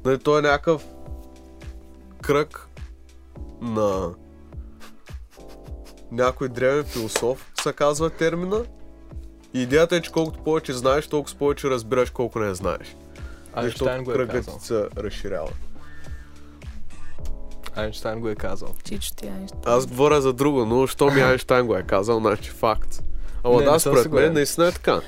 нали, то е някакъв кръг на някой древен философ, се казва термина. И идеята е, че колкото повече знаеш, толкова повече разбираш колко не знаеш.
Айнщайн го е
кръгът
казал.
ти се разширява.
Айнщайн го е казал.
Чичо ти нещо.
Аз говоря за друго, но що ми Айнщайн го е казал, значи факт. Ама
Не,
да,
не съм
според мен
сигурен.
наистина е така.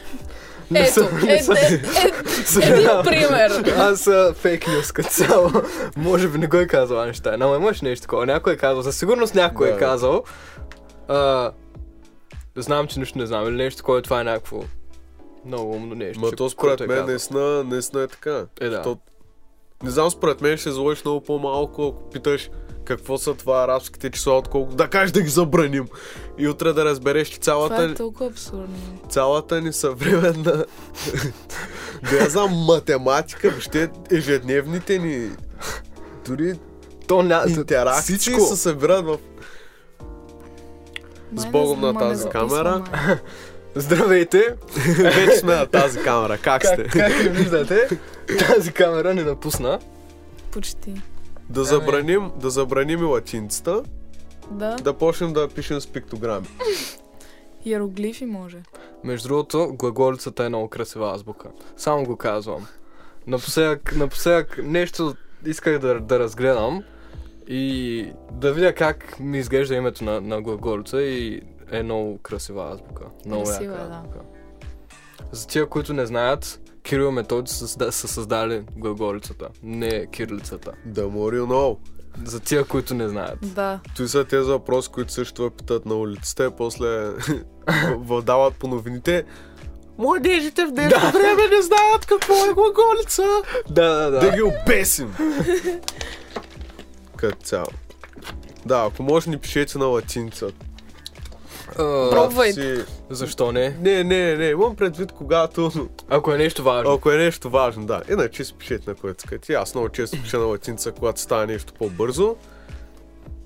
Ето, е, е, е, един
е
пример.
Аз а, фейк нюс като цяло. Може би не го е казал Айнщайн, ама имаш нещо такова. Някой е казал, със сигурност някой
Да.
е казал. А, знам, че нищо не знам или нещо такова, това е някакво много умно нещо.
Ма
че-
то според
което е
мен
казал.
наистина, наистина е така.
Е, да.
Защото- Не знам, според мен ще изложиш много по-малко, ако питаш какво са това арабските числа, отколкото да кажеш да ги забраним. И утре да разбереш, че
Това е
цялата,
толкова абсурдно.
цялата ни съвременна... <laughs> да я знам, математика, въобще ежедневните ни... Дори
То ня...
интеракции
всичко.
се събират в...
Май
С Богом
не знам,
на
ма не
тази <laughs>
записвам,
камера.
май.
Здравейте!
<laughs> Вече сме на тази камера. Как
Как,
сте?
как ви виждате? <laughs> Тази камера ни напусна.
Почти.
Да забраним, да забраним и латинцата,
Да.
да почнем да пишем с пиктограми.
Иероглифи може.
Между другото, глаголицата е много красива азбука. Само го казвам. Напоследък, напоследък нещо исках да, да разгледам и да видя как ми изглежда името на, на глаголица и е много красива азбука. Много
Красива е,
яка
да.
азбука. За тия, които не знаят, Кирил и Методи са, създа- са създали глаголицата, не кирилицата.
Да мори know.
За тия, които не знаят.
Да.
Той са тези въпроси, които също това питат на улицата и после <laughs> вълдават по новините. Младежите в днешно време не знаят какво е глаголица.
Да, да, да.
Да ги обесим. Като цяло. Да, ако може ни пишете на латинца.
А,
Пробвайте.
Си-
Защо не?
Значи, Не, не, не, имам предвид когато
Ако е нещо важно.
Ако е нещо важно, да. Иначе си пишете на което искате. Аз много често пиша на латинца, когато става нещо по-бързо.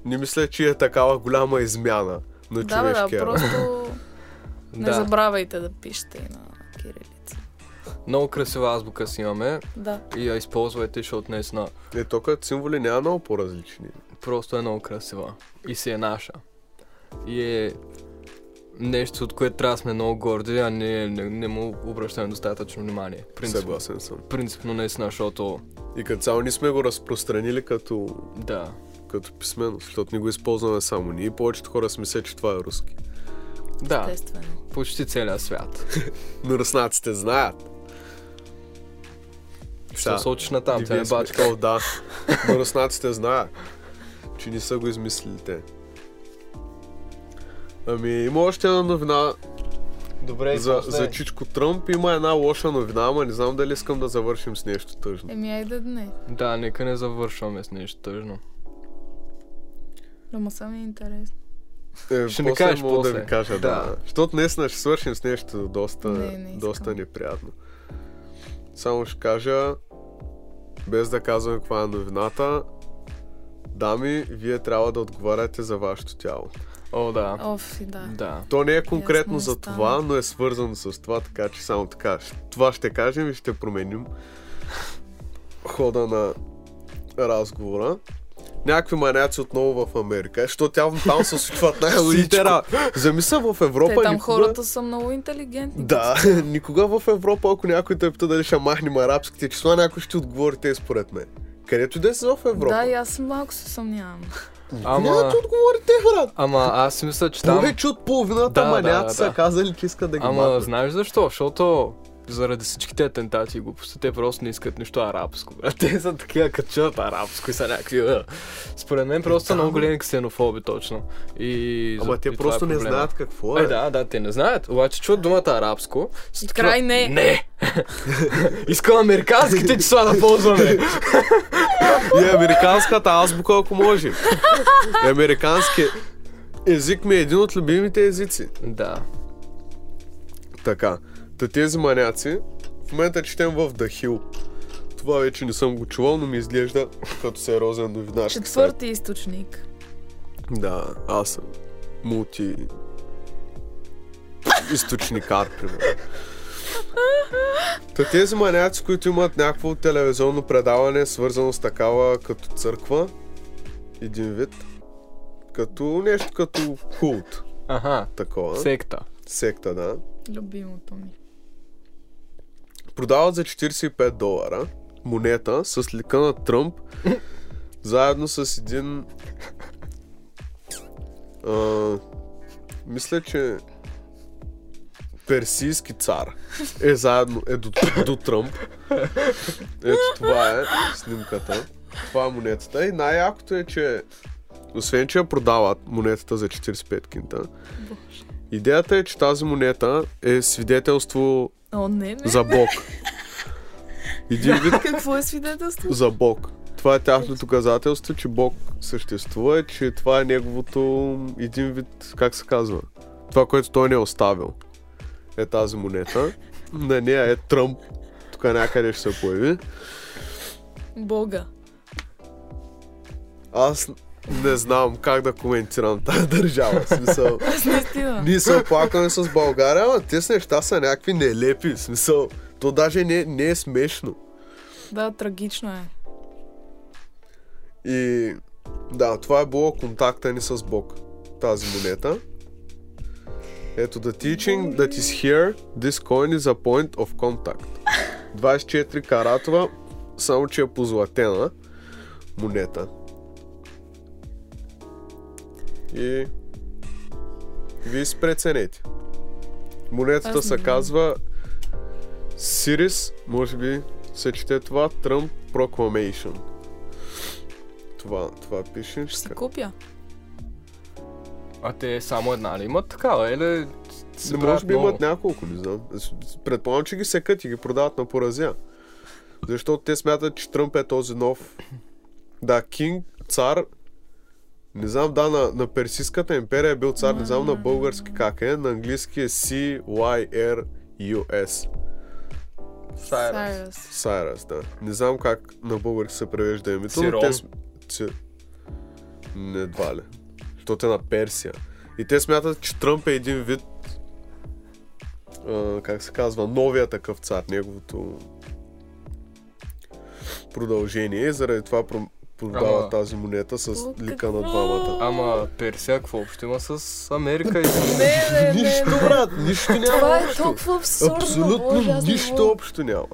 Не мисля, че е такава голяма измяна на
Да, бе, да,
човешкия. разум. <laughs>
просто не
да.
забравяйте да пишете и на кирилица.
Много красива азбука си имаме
Да.
и я използвайте, защото наистина
Е, то като символи няма много по-различни.
просто е много красива. И си е наша. И е нещо, от което трябва да сме много горди, а не, не, не му обръщаме достатъчно внимание. Принципно,
Съгласен съм.
принципно наистина, защото
И като цяло ние сме го разпространили като,
да.
като писмено, защото ни го използваме само ние. И повечето хора си мислят, че това е руски.
Да,
Естествено.
почти целият свят.
Но руснаците знаят.
Ще
Да.
да. сочиш на там,
И
тя
вие
не
сме-
бачка.
е О, да. Но руснаците знаят, че не са го измислили те. Ами, има още една новина
Добре,
за, за Чичко Тръмп. Има една лоша новина, ама не знам дали искам да завършим с нещо тъжно.
Еми, айде да не.
Да, нека не завършваме с нещо тъжно.
Но ма само е интересно.
Е,
ще ни
после
кажеш
мога да
после.
ви кажа, да.
Да.
да. Защото наистина ще свършим с нещо доста,
Не, не искам.
доста неприятно. Само ще кажа, без да казвам каква е новината, дами, вие трябва да отговаряте за вашето тяло.
О, да.
Оф, и да.
Да.
То не е конкретно за
Ясно, стана.
това, но е свързано с това, така че само така. ще- Това ще кажем и ще променим хода на разговора. Някакви маняци отново в Америка, Е, защото тя там се
<laughs>
случват най-лудите
Всичко.
ра- Замисъл в Европа
Те там
никога...
хората са много интелигентни.
Да, <laughs> никога в Европа, ако някой те пита дали ще махнем арабските числа, някой ще отговори те според мен. Където и да си в Европа.
Да, и аз малко се съмнявам.
Няма да
Ама,
ти отговори те, брат.
ама аз си мисля, че там...
Повече от половината
Да, да,
маняци
да,
са
да.
казали, че искат да ги
Ама
махнат.
знаеш защо? Защото заради всичките атентати и глупости, те просто не искат нищо арабско. Брат. <laughs> Те са такива като чуят арабско и са някакви... «Ъ». Според мен просто са много големи ксенофоби точно. И,
Ама
за-
те
и това
просто
е
не
проблема.
знаят какво е.
Е, да, да, те не знаят. Обаче чуят думата арабско. са
И
такива,
край
<laughs>
не.
Не! Искам американските числа
<laughs>
да ползваме.
И американската азбука, ако може. И американски език ми е един от любимите езици.
да.
Така, та тези маняци, в момента четем в The Hill. Това вече не съм го чувал, но ми изглежда като сериозен новинар.
Четвърти източник.
Да, аз съм мулти... източникар, примерно. Та тези маняци, които имат някакво телевизионно предаване, свързано с такава като църква, един вид, като нещо като култ,
Аха.
такова,
Секта.
секта, да,
Любимото ми.
продават за 45 долара монета с лика на Тръмп, заедно с един... А, мисля, че персийски цар е заедно, е до, до Тръмп. Ето това е снимката. Това е монетата. И най-якото е, че освен, че я продават монетата за 45 кинта, идеята е, че тази монета е свидетелство
О, не, не.
за Бог. Един вид
Какво е свидетелство?
за Бог. Това е тяхното доказателство, че Бог съществува, че това е неговото един вид, как се казва, това, което той не е оставил. Е тази монета. На нея е Тръмп. Тук някъде ще се появи.
Бога.
Аз Не знам как да коментирам тази държава. В Смисъл,
Аз наистина.
ние се оплакваме с България, а тези неща са някакви нелепи. В Смисъл, то даже не, не е смешно.
Да, трагично е.
И да, това е било контакта ни с Бог. Тази монета. Ето, the teaching that is here, this coin is a point of contact. 24 каратова, само че е позлатена монета. И вие спреценете. Монетата
Аз
се
не
казва Сирис, може би се чете това, Trump Proclamation. Това, това пише.
Ще си
Така.
купя.
А те само една ли имат такава? Или се
Не,
правят
може би
много?
имат няколко, не знам. С- с- Предполагам, че ги секат и ги продават на поразя. Защото те смятат, че Тръмп е този нов... Да, кинг, цар... Не знам, да, на, на Персийската империя е бил цар, не знам на български как е, на английски е C-Y-R-U-S.
Сайрес.
Сайрус.
Сайрас, да. Не знам как на български се превежда името. но
Цирон.
Те... с- Ци... Не, едва ли. Защото е на Персия. И те смятат, че Тръмп е един вид а, как се казва, новия такъв цар, неговото продължение. И Заради това про- продават
Ама-
тази монета с
О,
лика на
какво?
двамата.
Ама Персия, какво общо има с Америка? и-
Не, не, не,
Нищо,
не.
брат, нищо няма
е, Това е
общо.
толкова абсурдно. Боже,
Абсолютно
аз не
нищо
мога.
общо няма.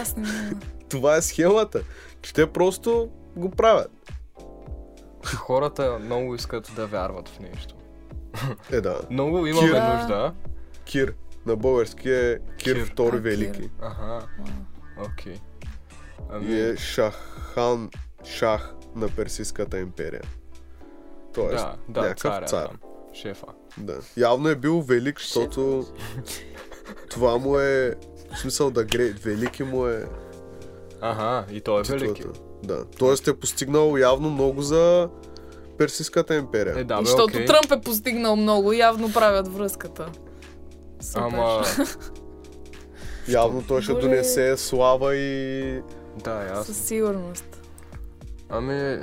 Аз не мога.
Това е схемата, че те просто го правят.
Хората много искат да вярват в нещо.
Е, да.
Много имаме
Кир.
нужда.
Кир. На български е Кир,
Кир.
Втори
А, Кир.
Велики.
Аха, окей. Ами,
И е Шахан Шах на Персийската империя. Тоест,
да, да,
е, някакъв
царя е
цар.
там. Шефа.
да. Явно е бил велик, защото това му е... В смисъл да гре... Велики му е
Аха, и той е велики.
титлата. Да. Тоест е постигнал явно много за Персийската
Е,
империя.
да,
И
бе,
защото
окей.
Тръмп е постигнал много, явно правят връзката. Супер.
Ама,
явно той ще
Добре.
донесе слава и...
да, ясно.
Със сигурност.
Ами,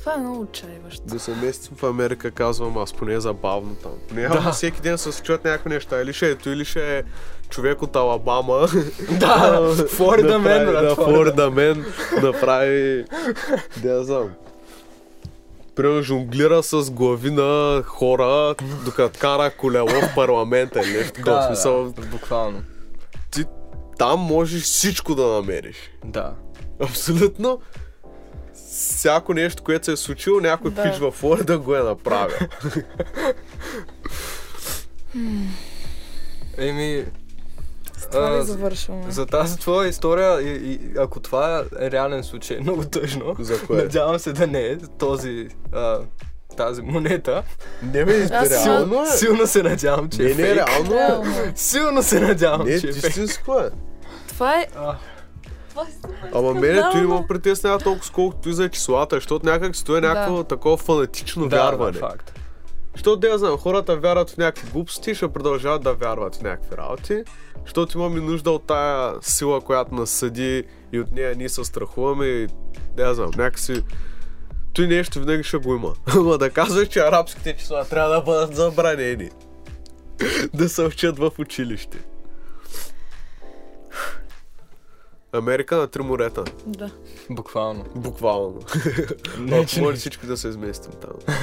Това е много отчаиващо.
Да се местим в Америка, казвам аз, поне е забавно там. Поне да. всеки ден се случват някакви неща. Или ще е той, или ще е човек от
<laughs>
Алабама.
<laughs> да, Форда мен,
направи- да,
брат, Форда.
Форда мен направи... Да, я знам. Примерно жонглира с глави на хора, докато кара колело в парламента или нещо такова. В
Да,
смисъл,
да, буквално.
ти там можеш всичко да намериш.
Да.
Абсолютно. Всяко нещо, което се е случило, някой
Да.
пич във Форда го е направил.
Еми,
С това
А,
ли
за-
завършваме?
за тази твоя история, и, и, ако това е реален случай, е много тъжно.
За кое?
Надявам се да не е този, а, тази монета.
Не бе,
Аз-
реално е.
Силно се надявам, че
Не,
е
не,
фейк.
реално е.
Реално.
Силно се надявам,
Не,
че е фейк.
истинско е.
Това е...
А.
Това е супер
Ама мене
скандално.
той има притеснява толкова, колкото и за числата, защото някак си е някакво
Да.
такова фанатично
Да,
вярване.
Да, факт.
Що да я знам, хората вярват в някакви глупости, ще продължават да вярват в някакви работи, защото имаме нужда от тая сила, която нас съди и от нея ние се страхуваме и да я знам, някакси той нещо винаги ще го има. <laughs> Ама да казваш, че арабските числа трябва да бъдат забранени. <laughs> да се учат в училище. Америка на три морета.
Да.
Буквално.
Буквално.
Не,
<laughs> Ако
че
може
не.
всички да се изместим там.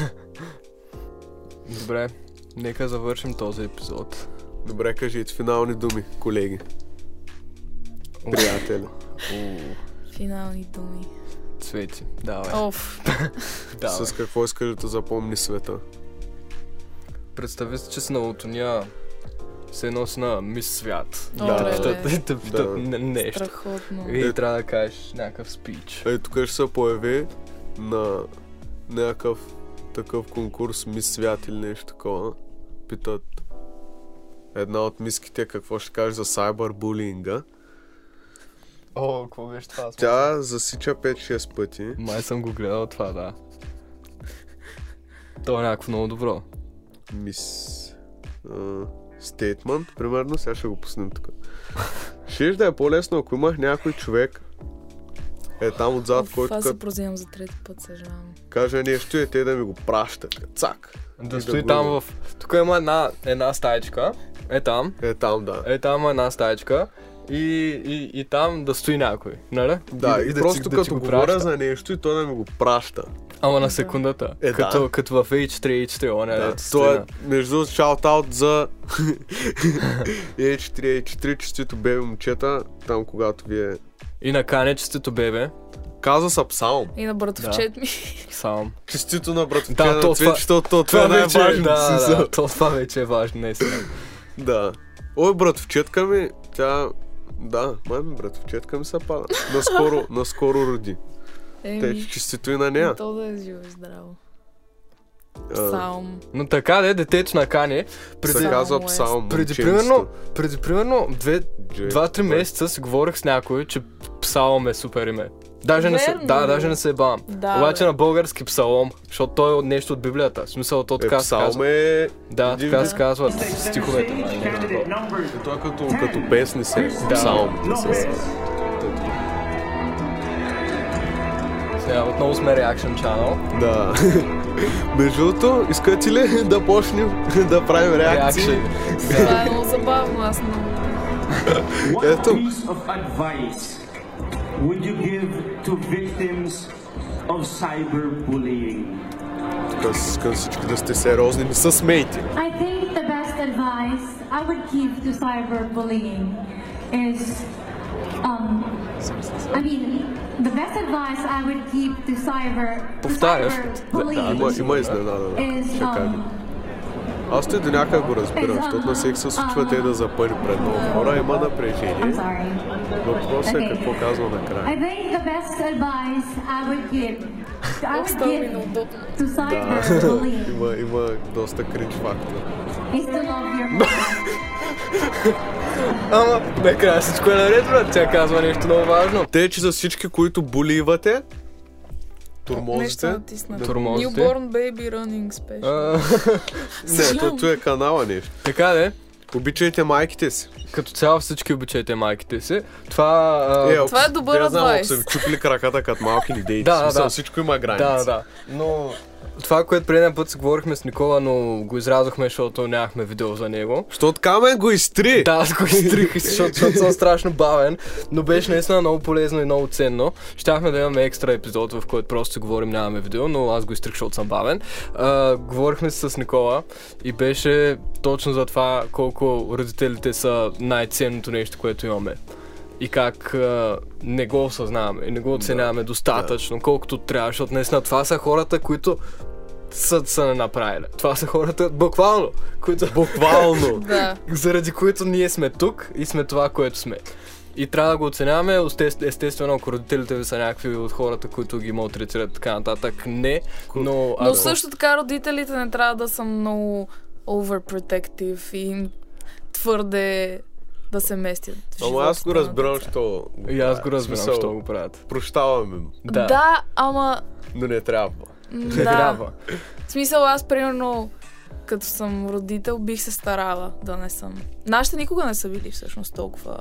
Добре, нека завършим този епизод.
Добре, кажете финални думи, колеги. Приятели.
Уу,
Финални думи.
Цвети, давай.
Оф.
давай.
С какво искаш да запомни света?
Представи си, че си на лутония се носи на мис свят.
Да,
И
да,
те питат-
да.
и те питат
Да.
не- нещо.
Страхотно.
И трябва да кажеш някакъв спич.
Ей, тук ще се появи на някакъв такъв конкурс Мис Свят или нещо такова. Питат една от миските какво ще каже за сайбербулинга.
О, какво беше това?
Тя засича 5-6 пъти.
Май съм го гледал това, да. То е някакво много добро.
мис... а, Стейтмент, примерно, сега ще го пуснем тук. Щеш да е по-лесно, ако имах някой човек, Е там отзад, който
Това се
като
прозявам за трети път, съжалявам.
каже нещо, е те да ми го пращат. Цак!
Да
И
стои
го
там
има.
в... Тук има една, една стаечка. Е там.
Е там, да.
Е там има една стаечка. И, и, и там да стои някой, нали?
Да, и,
и
да просто ти, като
ти
говоря
праща.
за нещо и той да ми го праща.
Ама на секундата.
Е, да.
като, като в H3, H3, он е
Да,
да,
той е, между другото, шаут-аут за <laughs> Е, H3, H3, честито бебе момчета, там когато е- вие...
И на канечетото бебе.
Каза са псалм.
И на братовчет ми.
Сам.
Честито на братовче
Да,
на
то това-
цветчето, то това, е най-важно.
да, да,
смисъл.
да, то, това вече е важно, наистина.
Да. Ой, братовчетка ми, тя... Да, мами, братовчетка ми се пада.
<laughs>
Наскоро, наскоро роди. Те,
Еми,
честито и на нея.
то да е живо и здраво.
А,
Сам.
Но така де, детето на Кане,
Се
преди,
Псалм.
казва
Псалмо е.
псалм.
преди
момченцето.
примерно, преди примерно две,
Джей,
два-три
това е.
месеца си говорих с някой, че псалом е супер име. Даже не се,
Верно.
да, даже не се бавам.
Да,
Обаче
бе.
на български псалом, защото той е от нещо от Библията. В смисъл, то
Е,
така се
псалм
казва.
е...
Да,
един
така
вид-
се казват стиховете. май, нещо такова.
Той е като, като песни се. Псалм.
Сега отново сме Reaction Channel.
Да. <laughs> Между другото, искате ли да почнем <laughs> да правим реакции?
Reaction.
Това е много забавно, аз много.
What
Ето.
piece of advice would you give to victims of cyberbullying?
Тук искам всички да сте сериозни, ами не са смейте.
I think the best advice I would give to cyberbullying is, um, I mean, the best advice I would give to cyber to
Повтаряш.
Има,
cyberbullying
има изненада, да.
is
Ще кажа.
um,
Аз той до някъде го разбирам, защото на всеки се случва те Е, да запъни пред много хора, има
I'm
напрежение.
sorry.
Въпросът е какво казва накрая.
I think the best advice I would give I would
Става ми
give
неудобно.
to cyberbullying
Има, има доста кринч фактор.
is to
<laughs>
love your mom.
Ама, накрая всичко е наред, брат. Тя казва нещо много важно.
Те, че за всички, които буливате, турмозите,
Нещо натисна.
Тормозите.
Newborn Baby Running Special.
А, <laughs>
не, тото е канала нещо.
Така де,
Обичайте майките си.
като цяло всички обичайте майките си. Това... а,
ако-
Това е добър
не знам, ако
адвайс.
са ви чупили краката като малки ни дейти.
Да,
В
да,
смисъл,
да.
Всичко има граница.
Да, да. Но това, което предния път си говорихме с Никола, но го изразохме, защото нямахме видео за него.
Що от камен го изтри?
Да, аз го изтрих, защото, защото съм страшно бавен, но беше наистина много полезно и много ценно. Щяхме да имаме екстра епизод, в който просто си говорим, нямаме видео, но аз го изтрих, защото съм бавен. А, говорихме си с Никола и беше точно за това колко родителите са най-ценното нещо, което имаме. И как а, не го осъзнаваме и не го оценяваме достатъчно, колкото трябва, защото наистина това са хората, които съд са не направили. Това са хората, буквално, които... <laughs> Буквално!
Да.
заради които ние сме тук и сме това, което сме. И трябва да го оценяваме, Остес- естествено, ако родителите ви са някакви от хората, които ги малтретират и така нататък, не, но...
Но също така родителите не трябва да са много overprotective и им твърде да се местят. в
Ама аз го
животите на
разбирам,
деца.
що го
И аз
правят.
го разбирам,
Смисъл,
що го правят.
Прощаваме му,
Да.
Да, ама...
но не трябва.
м,
Не
Да.
трябва.
В смисъл аз, примерно, като съм родител, бих се старала да не съм. Нашите никога не са били всъщност толкова.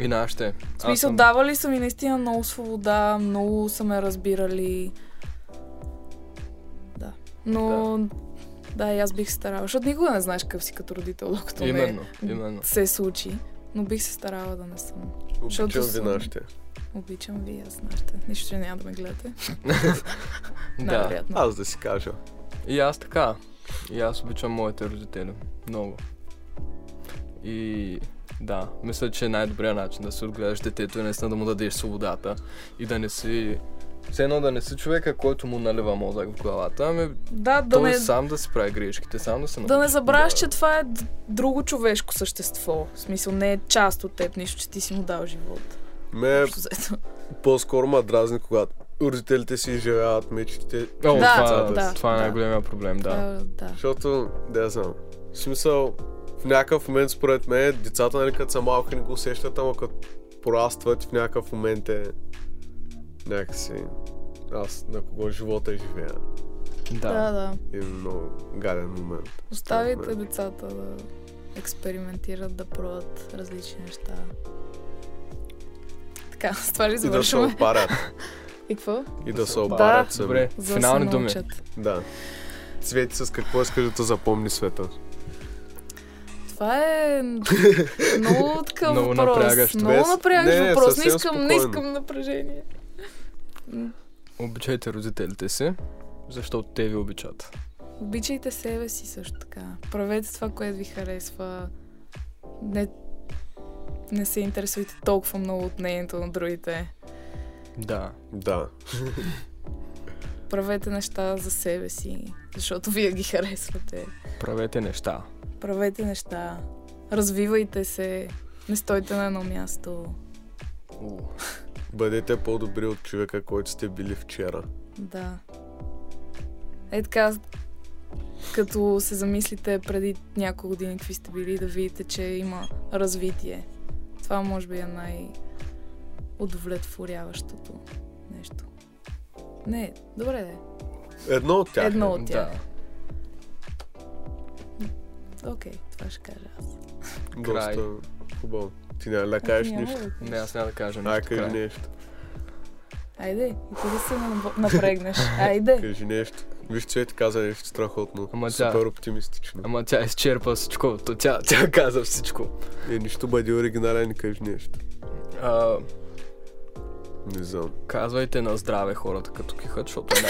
И нашите.
В смисъл,
съм-
давали са ми наистина много свобода, много са ме разбирали. Да. Но... Да. и аз бих се старала, защото никога не знаеш какъв си като родител, докато не
Именно, именно.
се случи. Но бих се старала да не съм. Защото
Обичам ви
съм-
нашите.
Обичам ви, аз знаете. Нищо, че няма да ме гледате.
Да.
Най-вероятно.
Аз да си кажа.
И аз така. И аз обичам моите родители. Много. И да, мисля, че е най-добрият начин да се отгледаш детето е наистина да му дадеш свободата и да не си... Все едно да не си човека, който му налива мозък в главата, ами
Да, да
той
не,
сам да си прави грешките, сам да се
да не
научи.
забравяш,
Да.
че това е д- друго човешко същество. В смисъл, не е част от теб, нищо, че ти си му дал живот.
Ме е
Общо взето.
по-скоро ма дразни, когато родителите си изживяват мечтите.
О,
Да,
това,
да,
това е
да.
най-големия проблем, да.
Да, да.
Защото, да я знам. В смисъл, в някакъв момент, според мен, децата, нали, като са малки, не го усещат, ама като порастват, в някакъв момент е някакси аз на кого живота е живея.
Да,
Да.
да.
И е много гаден момент.
Оставите децата да експериментират, да пробват различни неща. Така, с това ли
И да се
завършваме?
опарат.
И какво?
И да се опарат
Добре,
себе.
За да
финални
се
думи.
научат.
Да. Цвети с какво искаш да те запомни света.
Това е много така
Много
въпрос.
Без-
напрягащ.
Много напрягащ
Не, не,
въпрос. Не
съвсем
искам, не
спокойно.
искам напрежение.
Обичайте родителите си, защото те ви обичат.
Обичайте себе си също така. Правете това, което ви харесва. Не, не се интересуйте толкова много от мнението на другите.
Да.
Да.
Правете неща за себе си, защото вие ги харесвате.
Правете неща.
Правете неща. Развивайте се. Не стойте на едно място.
У.
Бъдете по-добри от човека, който сте били вчера.
Да. Е така, като се замислите преди няколко години какви сте били, да видите, че има развитие. Това може би е най-удовлетворяващото нещо. Не, добре да е.
Едно от тях.
Едно от тях.
Да.
Окей, това ще кажа аз.
Доста
Край.
хубаво. Ти няма ли да кажеш
Няма
нищо.
да кажа.
Не, аз няма да кажа
Ай,
нищо.
кажи
край.
нещо.
Айде, и ти да се
<laughs>
наб- напрегнеш.
Значи
Айде.
Кажи нещо. Виж, Цвети каза нещо страхотно.
Ама тя-
Супер оптимистично.
Ама тя изчерпа всичко. То Тя, <laughs> тя каза всичко.
Е, нищо бъди оригинален и кажи нещо.
А,
Не знам.
Казвайте на здраве хората, като кихат, защото е, ня...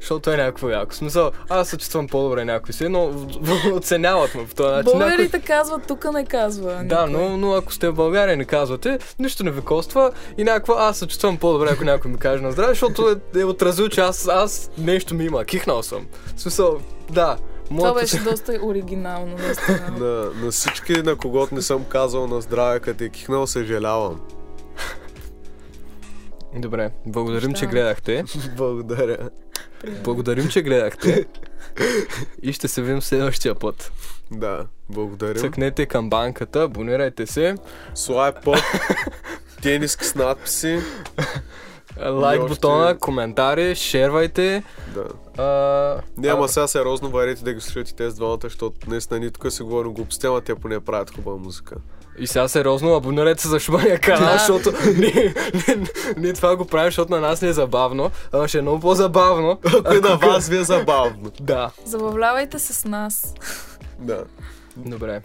защото е някакво <laughs> яко. В Смисъл, аз се чувствам по-добре някой си, но <laughs> в- оценяват ме по този начин. Някой...
Българите казват, тук не казва.
Да,
никой.
но, но ако сте в България и не казвате, нищо не ви коства и някаква аз се чувствам по-добре, ако някой ми каже на здраве, защото е, е отразил, че аз, аз нещо ми има, кихнал съм. В смисъл, да,
Това
моето...
беше доста оригинално, наистина.
На, на всички, на когото не съм казал на здраве, като е кихнал, съжалявам. <laughs>
Добре, благодарим, че
Прощавам.
гледахте.
Благодаря.
Благодарим, че гледахте. И ще се видим следващия път.
Да, благодарим.
Цъкнете към банката, абонирайте се.
Слайп път, тениски с надписи.
лайк
И още-
бутона, коментари, шервайте.
Да.
А,
Няма
а,
сега сериозно варите да ги слушате тези двамата, защото наистина ние тук си говорим глупости, ама те поне правят хубава музика.
И сега сериозно абонирайте се за Шумания канал, защото ние, ние, ние това го правим, защото на нас не е забавно. Ама ще е много по-забавно.
<laughs> Ако и на вас ви е забавно.
да.
Забавлявайте се с нас. <laughs>
Да.
Добре.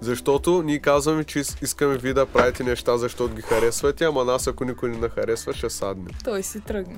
Защото ние казваме, че ис- искаме ви да правите неща, защото ги харесвате, ама нас ако никой не нахаресва, ще садне.
Той си тръгна.